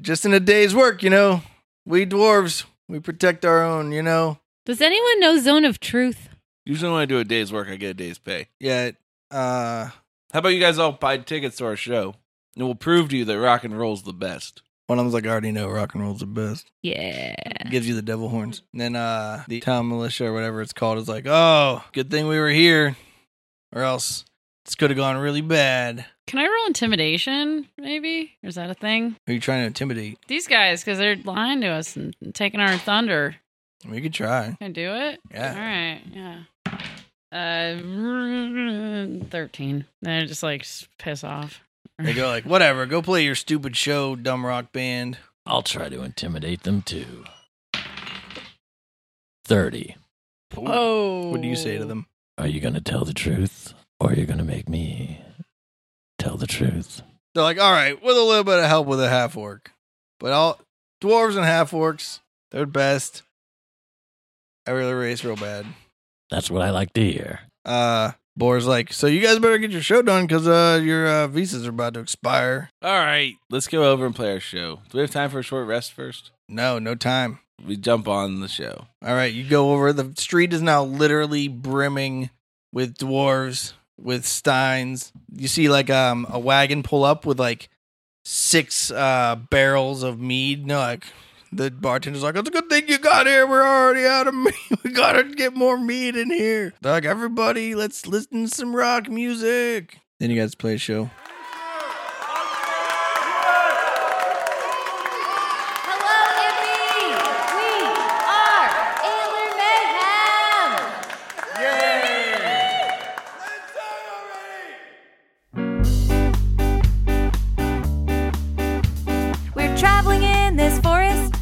Speaker 1: just in a day's work, you know. We dwarves, we protect our own, you know.
Speaker 2: Does anyone know Zone of Truth?
Speaker 5: Usually when I do a day's work, I get a day's pay.
Speaker 1: Yeah. Uh,
Speaker 5: How about you guys all buy tickets to our show? And we'll prove to you that rock and roll's the best.
Speaker 1: one of them's like, I already know rock and roll's the best.
Speaker 2: Yeah.
Speaker 1: Gives you the devil horns. And then uh, the town militia or whatever it's called is like, oh, good thing we were here, or else this could have gone really bad.
Speaker 6: Can I roll intimidation? Maybe or is that a thing?
Speaker 1: Who are you trying to intimidate?
Speaker 6: These guys, because they're lying to us and taking our thunder.
Speaker 1: We could try.
Speaker 6: Can I do it?
Speaker 1: Yeah.
Speaker 6: All right. Yeah. Uh, thirteen. They're just like s- piss off.
Speaker 1: They go like, whatever, go play your stupid show, dumb rock band.
Speaker 3: I'll try to intimidate them too. 30.
Speaker 6: Oh.
Speaker 1: What do you say to them?
Speaker 3: Are you going to tell the truth or are you going to make me tell the truth?
Speaker 1: They're like, all right, with a little bit of help with a half orc. But all dwarves and half orcs, they're best. Every other race, real bad.
Speaker 3: That's what I like to hear.
Speaker 1: Uh, Boar's like, so you guys better get your show done because uh, your uh, visas are about to expire.
Speaker 5: All right, let's go over and play our show. Do we have time for a short rest first?
Speaker 1: No, no time.
Speaker 5: We jump on the show.
Speaker 1: All right, you go over. The street is now literally brimming with dwarves, with steins. You see like um a wagon pull up with like six uh barrels of mead. No, like the bartender's like, it's a good thing you got here. We're already out of mead. We gotta get more mead in here. They're like everybody, let's listen to some rock music. Then you guys play a show.
Speaker 4: Hello, Ippy! We are Antler Mayhem! We're traveling in this forest.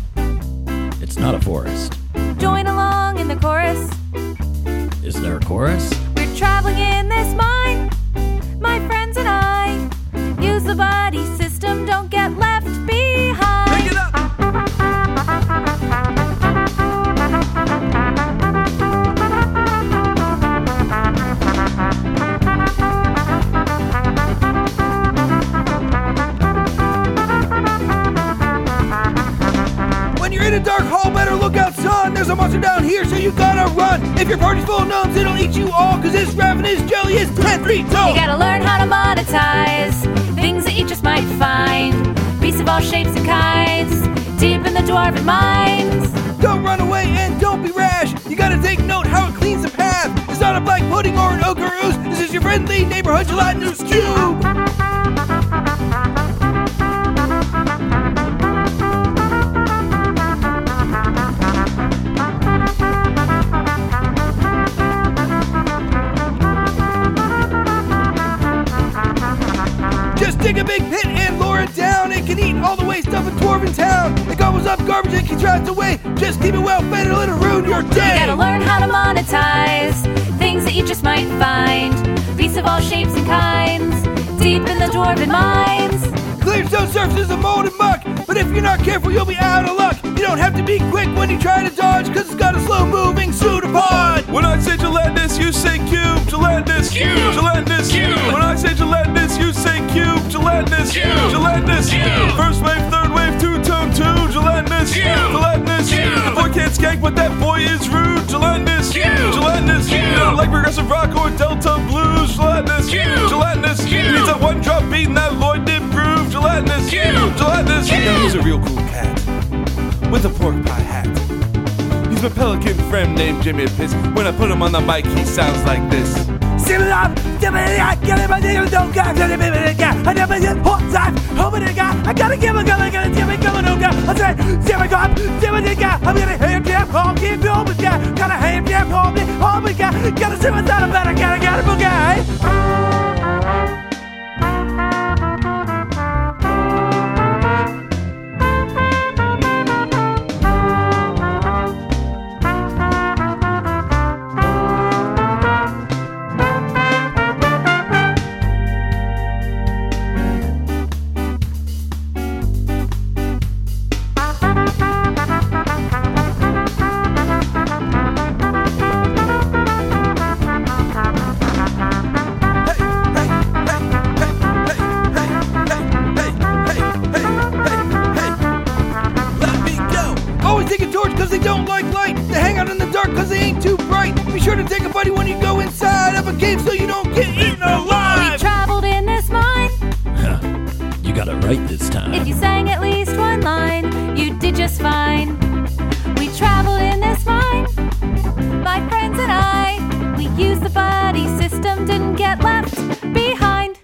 Speaker 3: It's not a forest.
Speaker 4: Join along in the chorus.
Speaker 3: Is there a chorus?
Speaker 4: We're traveling in this mine, my friends and I. Use the buddy system, don't get left behind. Pick it up.
Speaker 8: When you're in a dark hole, better look out, son. There's a monster down here, so you gotta run. If your party's full of gnomes, it'll eat you all, cause this ravenous jelly is 10
Speaker 4: You
Speaker 8: feet tall.
Speaker 4: gotta learn how to monetize things that you just might find. Beasts of all shapes and kinds, deep in the dwarven mines.
Speaker 8: Don't run away and don't be rash. You gotta take note how it cleans the path. It's not a black pudding or an ochre ooze. This is your friendly neighborhood gelatinous cube. Just dig a big pit and lower it down. It can eat all the waste up in Dwarven Town. It gobbles up garbage and contrives away. Just keep it well fed and let it ruin your
Speaker 4: You
Speaker 8: day.
Speaker 4: gotta learn how to monetize things that you just might find. Beasts of all shapes and kinds, deep in the dwarven mines.
Speaker 8: Clear stone surfaces of mold and muck. But if you're not careful, you'll be out of luck. You don't have to be quick when you try to dodge, cause it's got a slow moving pseudopod. When I say gelatinous, you say cube. Gelatinous, cube. Gelatinous, cube. When I say gelatinous, you say cube. Gelatinous, cube. Gelatinous, cube. First wave, third wave, two tone, two. Gelatinous, cube. Gelatinous, cube. The boy can't skank, but that boy is rude. Gelatinous, cube. Gelatinous, cube. You don't like progressive rock or Delta blues. Gelatinous, cube. Gelatinous, cube. He needs that one drop beat and that Lloyd did prove. Gelatinous, cube. Gelatinous, cube. Now he's a real cool cat with a pork pie hat. He's a pelican friend named Jimmy Piss. When I put him on the mic, he sounds like this.
Speaker 1: Always taking torch because they don't like light. They hang out in the dark because they ain't too bright. Be sure to take a buddy when you go inside of a cave so you don't get eaten alive.
Speaker 4: Traveled in this mine.
Speaker 3: You got it right this
Speaker 4: If
Speaker 3: time.
Speaker 4: you sang at least one line, you did just fine. We traveled in this mine, my friends and I. We used the buddy system, didn't get left behind.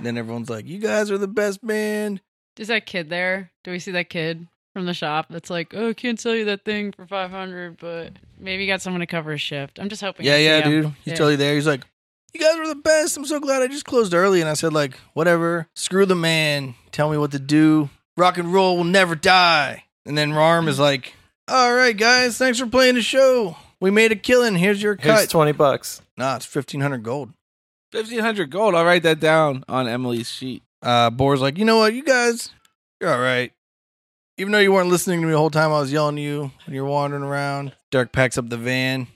Speaker 1: Then everyone's like, "You guys are the best band."
Speaker 6: Is that kid there? Do we see that kid from the shop that's like, oh, I can't sell you that thing for 500, but maybe you got someone to cover a shift. I'm just hoping.
Speaker 1: Yeah,
Speaker 6: it's
Speaker 1: yeah,
Speaker 6: you.
Speaker 1: dude. He's
Speaker 6: Yeah.
Speaker 1: totally there. He's like, "You guys were the best. I'm so glad I just closed early." And I said, "Like, whatever. Screw the man. Tell me what to do. Rock and roll will never die." And then Rarm is like, "All right, guys. Thanks for playing the show. We made a killing. Here's your
Speaker 7: Here's
Speaker 1: cut.
Speaker 7: twenty bucks.
Speaker 1: nah, it's fifteen hundred gold."
Speaker 5: 1500 gold. I'll write that down on Emily's sheet.
Speaker 1: uh, Boar's like, you know what, you guys, you're all right. Even though you weren't listening to me the whole time I was yelling at you when you're wandering around, Dirk packs up the van.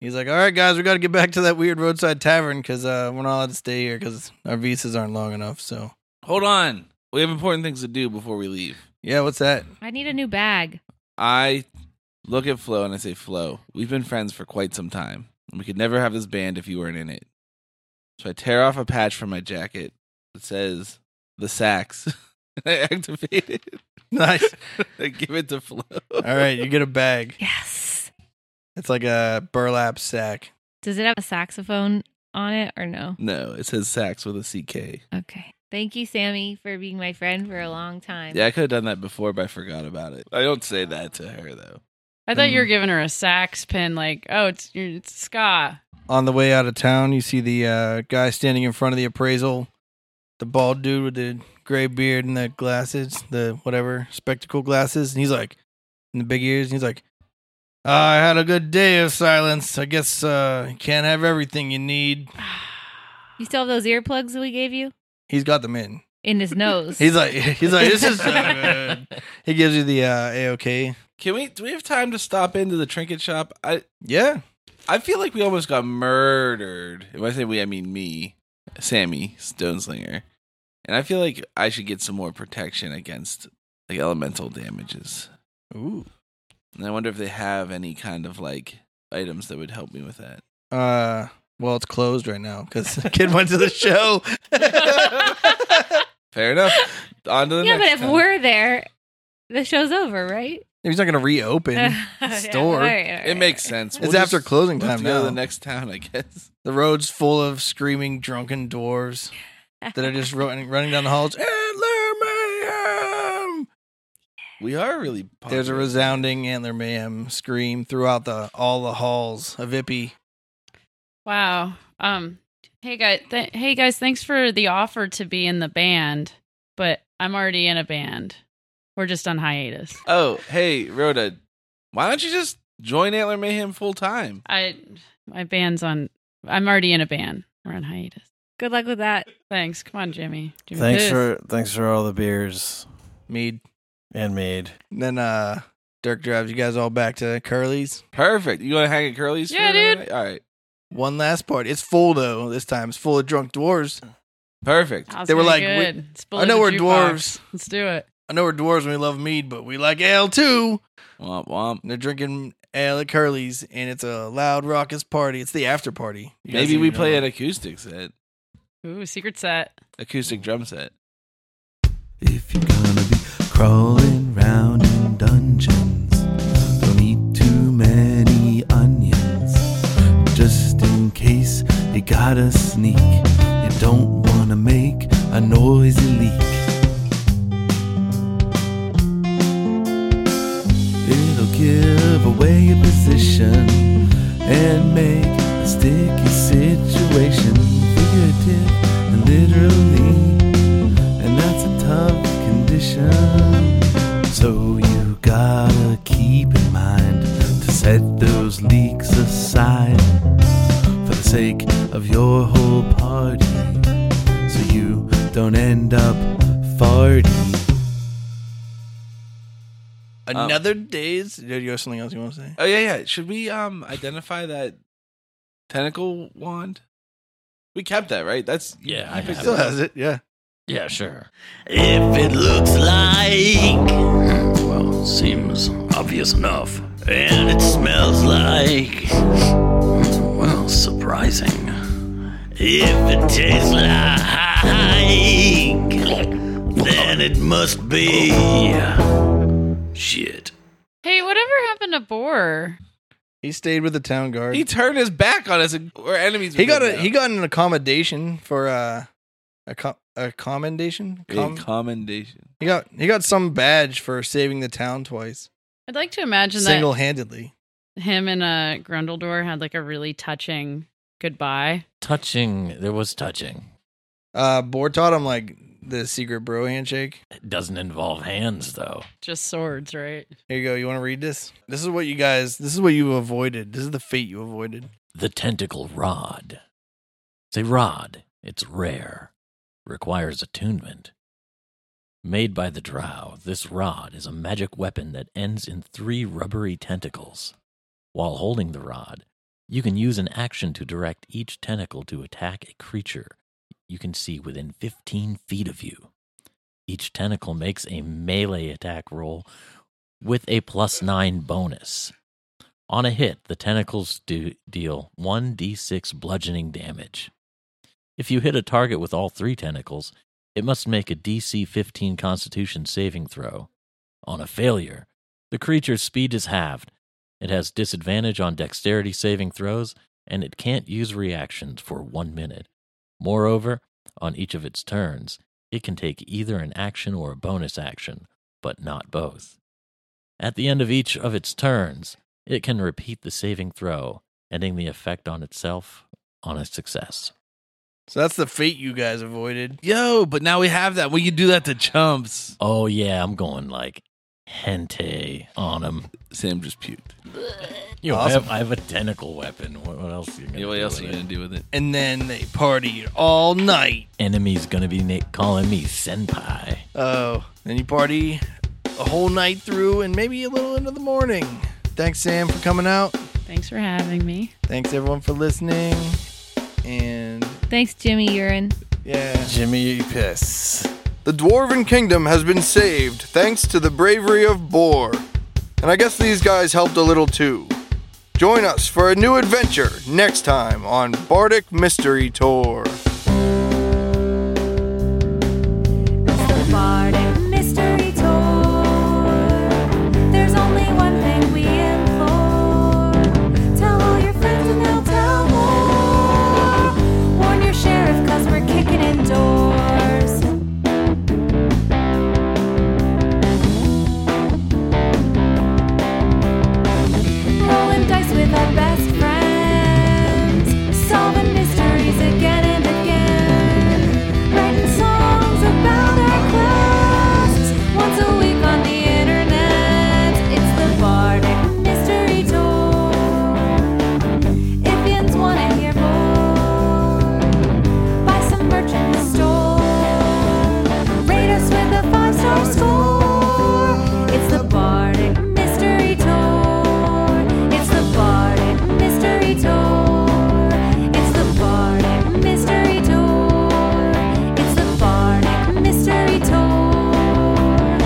Speaker 1: He's like, all right, guys, we got to get back to that weird roadside tavern because uh, we're not allowed to stay here because our visas aren't long enough. So,
Speaker 5: Hold on. We have important things to do before we leave.
Speaker 1: yeah, what's that?
Speaker 2: I need a new bag.
Speaker 5: I look at Flo and I say, Flo, we've been friends for quite some time. We could never have this band if you weren't in it. So I tear off a patch from my jacket that says the sax. I activate it.
Speaker 1: Nice.
Speaker 5: I give it to Flo.
Speaker 1: all right, you get a bag.
Speaker 2: Yes.
Speaker 1: It's like a burlap sack.
Speaker 2: Does it have a saxophone on it or no?
Speaker 5: No, it says sax with a CK.
Speaker 2: Okay. Thank you, Sammy, for being my friend for a long time.
Speaker 5: Yeah, I could have done that before, but I forgot about it. I don't say that to her, though.
Speaker 6: I thought
Speaker 1: Mm-hmm.
Speaker 6: you were giving her a sax pin, like, oh, it's you're- it's ska.
Speaker 1: On the way out of town, you see the uh, guy standing in front of the appraisal, the bald dude with the gray beard and the glasses, the whatever spectacle glasses, and he's like, and the big ears, and he's like, "I had a good day of silence. I guess uh, you can't have everything you need."
Speaker 2: You still have those earplugs that we gave you?
Speaker 1: He's got them in.
Speaker 2: In his nose.
Speaker 1: He's like, he's like, this is so good. He gives you the uh, AOK.
Speaker 5: Can we? Do we have time to stop into the trinket shop? I
Speaker 1: Yeah,
Speaker 5: I feel like we almost got murdered. If I say we, I mean me, Sammy Stoneslinger, and I feel like I should get some more protection against like elemental damages.
Speaker 1: ooh.
Speaker 5: And I wonder if they have any kind of like items that would help me with that.
Speaker 1: Uh, well, it's closed right now because the kid went to the show.
Speaker 5: Fair enough. On to the
Speaker 2: yeah, but
Speaker 5: next
Speaker 2: if
Speaker 5: time.
Speaker 2: we're there, the show's over, right?
Speaker 1: He's not gonna reopen.
Speaker 2: Yeah,
Speaker 1: store.
Speaker 2: all right, all right,
Speaker 5: it makes
Speaker 2: all right.
Speaker 5: sense.
Speaker 1: It's after closing
Speaker 5: we'll have
Speaker 1: time
Speaker 5: to go to
Speaker 1: now.
Speaker 5: the next town, I guess.
Speaker 1: The road's full of screaming drunken dwarves that are just running, running down the halls. Antler mayhem!
Speaker 5: We are really. Popular.
Speaker 1: There's a resounding antler mayhem scream throughout the all the halls of Ippy.
Speaker 6: Wow. Um. Hey guys. Th- hey guys. Thanks for the offer to be in the band, but I'm already in a band. We're just on hiatus.
Speaker 5: Oh, hey Rhoda, why don't you just join Antler Mayhem full time?
Speaker 6: I my band's on. I'm already in a band. We're on hiatus.
Speaker 2: Good luck with that.
Speaker 6: Thanks. Come on, Jimmy. Jimmy
Speaker 7: Thanks
Speaker 6: Piss.
Speaker 7: for thanks for all the beers
Speaker 1: Mead.
Speaker 7: and mead.
Speaker 1: And then uh, Dirk drives you guys all back to Curly's.
Speaker 5: Perfect. You gonna hang at Curly's?
Speaker 6: Yeah,
Speaker 5: for another
Speaker 6: dude.
Speaker 5: night? All right.
Speaker 1: One last party. It's full though. This time it's full of drunk dwarves.
Speaker 5: Perfect.
Speaker 6: How's
Speaker 1: They were
Speaker 6: it
Speaker 1: like,
Speaker 6: good? Spill
Speaker 1: I
Speaker 6: it
Speaker 1: know
Speaker 6: to
Speaker 1: we're
Speaker 6: jukebox.
Speaker 1: dwarves.
Speaker 6: Let's do it.
Speaker 1: I know we're dwarves and we love mead, but we like ale too.
Speaker 5: Womp womp.
Speaker 1: And they're drinking ale at Curly's, and it's a loud, raucous party. It's the after party. You guys
Speaker 5: Maybe
Speaker 1: don't
Speaker 5: we
Speaker 1: even
Speaker 5: play
Speaker 1: know.
Speaker 5: an acoustic set,
Speaker 6: Ooh, secret set.
Speaker 5: acoustic drum set.
Speaker 8: If you're gonna be crawling round in dungeons, don't eat too many onions. Just in case you gotta sneak, you don't wanna make a noisy leak. It'll give away your position and make a sticky situation figurative and literally and that's a tough condition. So you gotta keep in mind to set those leaks aside for the sake of your whole party, so you don't end up farting.
Speaker 1: Another day's. Do you have something else you want to say?
Speaker 5: Um, Oh yeah, yeah. Should we um identify that tentacle wand? We kept that right. That's
Speaker 3: Yeah, I
Speaker 5: He
Speaker 3: have
Speaker 5: still
Speaker 3: it.
Speaker 5: has it. Yeah.
Speaker 3: Yeah, sure.
Speaker 9: If it looks like.
Speaker 3: Mm,
Speaker 9: Well, seems obvious enough. And it smells like. Well, surprising. If it tastes like. Then it must be. Shit.
Speaker 6: Hey, whatever happened to Boar?
Speaker 1: He stayed with the town guard.
Speaker 5: He
Speaker 1: He,
Speaker 5: turned his back on us. and We're enemies. with
Speaker 1: got
Speaker 5: him
Speaker 1: a
Speaker 5: now.
Speaker 1: he got an accommodation for uh, a co- a commendation.
Speaker 5: a
Speaker 1: Com-
Speaker 5: commendation.
Speaker 1: he got he got some badge for saving the town twice,
Speaker 6: I'd like to imagine
Speaker 1: single handedly.
Speaker 6: that him and uh, Grundledor had like a really touching goodbye.
Speaker 3: Touching. There was touching.
Speaker 1: Uh, Boar taught him like the secret bro handshake.
Speaker 3: It doesn't involve hands, though.
Speaker 6: Just swords, right?
Speaker 1: Here you go. You want to read this? This is what you guys. This is what you avoided. This is the fate you avoided.
Speaker 3: The tentacle rod. It's a rod. It's rare. Requires attunement. Made by the drow, this rod is a magic weapon that ends in three rubbery tentacles. While holding the rod, you can use an action to direct each tentacle to attack a creature you can see within 15 feet of you. Each tentacle makes a melee attack roll with a plus 9 bonus. On a hit, the tentacles do deal 1d6 bludgeoning damage. If you hit a target with all three tentacles, it must make a DC 15 Constitution saving throw. On a failure, the creature's speed is halved. It has disadvantage on dexterity saving throws, and it can't use reactions for one minute. Moreover, on each of its turns, it can take either an action or a bonus action, but not both. At the end of each of its turns, it can repeat the saving throw, ending the effect on itself on a success.
Speaker 1: So that's the fate you guys avoided.
Speaker 5: Yo, but now we have that. We can do that to chumps.
Speaker 3: Oh yeah, I'm going like hente on him.
Speaker 5: Sam just puked.
Speaker 3: Yo, I,
Speaker 1: Awesome.
Speaker 3: have, I have a tentacle weapon. What, what else? Are you gonna
Speaker 5: Yeah, what
Speaker 3: do
Speaker 5: else
Speaker 3: with
Speaker 5: are you
Speaker 3: it?
Speaker 5: gonna do with it?
Speaker 1: And then they partied all night.
Speaker 3: Enemies gonna be na- calling me senpai.
Speaker 1: Oh, then you party a whole night through, and maybe a little into the morning. Thanks, Sam, for coming out.
Speaker 6: Thanks for having me.
Speaker 1: Thanks everyone for listening. And
Speaker 2: Thanks, Jimmy Urine.
Speaker 1: yeah.
Speaker 7: Jimmy Piss.
Speaker 10: The Dwarven Kingdom has been saved thanks to the bravery of Boar. And I guess these guys helped a little too. Join us for a new adventure next time on Bardic Mystery Tour.
Speaker 4: It's the Bardic Mystery Tour. There's only one thing we implore. Tell all your friends and they'll tell more. Warn your sheriff cause we're kicking in doors. Rolling dice with our best friends. Solving mysteries again and again. Writing songs about our quests once a week on the internet. It's the Bardic Mystery Tour. If yins wanna hear more, buy some merch in the store. Rate us with a five star score. It's the Bardic Mystery Tour. It's the Bardic Mystery Tour. It's the Bardic Mystery Tour. It's the Bardic Mystery Tour.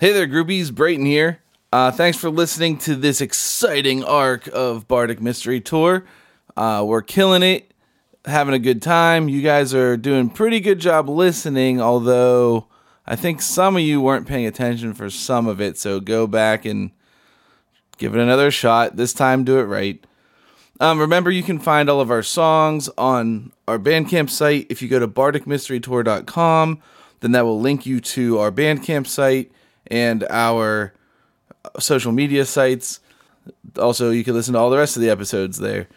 Speaker 5: Hey there, groupies. Brayton here. Uh, thanks for listening to this exciting arc of Bardic Mystery Tour. Uh, we're killing it, having a good time. You guys are doing pretty good job listening, although I think some of you weren't paying attention for some of it. So go back and give it another shot. This time, do it right. Um, remember, you can find all of our songs on our Bandcamp site. If you go to bardicmysterytour.com, then that will link you to our Bandcamp site and our uh, social media sites. Also, you can listen to all the rest of the episodes there.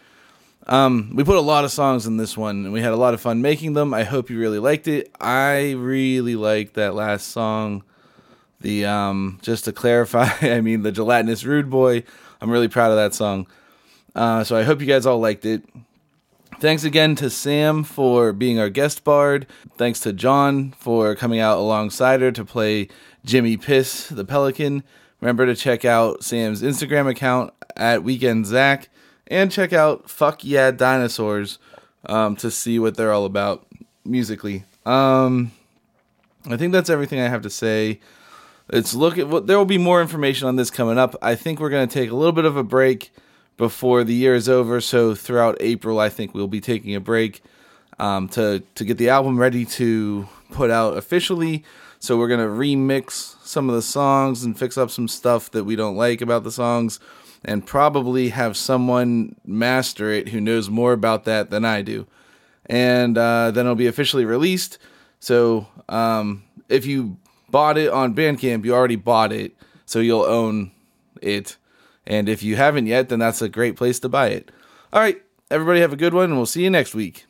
Speaker 5: Um, we put a lot of songs in this one, and we had a lot of fun making them. I hope you really liked it. I really liked that last song. The um, just to clarify, I mean the gelatinous rude boy. I'm really proud of that song. Uh, so I hope you guys all liked it. Thanks again to Sam for being our guest bard. Thanks to John for coming out alongside her to play Jimmy Piss, the Pelican. Remember to check out Sam's Instagram account at Weekend Zach and check out Fuck Yeah Dinosaurs um, to see what they're all about musically. Um, I think that's everything I have to say. It's look at what there will be more information on this coming up. I think we're going to take a little bit of a break before the year is over. So throughout April, I think we'll be taking a break um, to to get the album ready to put out officially. So we're gonna remix some of the songs and fix up some stuff that we don't like about the songs, and probably have someone master it who knows more about that than I do, and uh, then it'll be officially released. So um, if you bought it on Bandcamp, you already bought it, so you'll own it. And if you haven't yet, then that's a great place to buy it. All right, everybody have a good one, and we'll see you next week.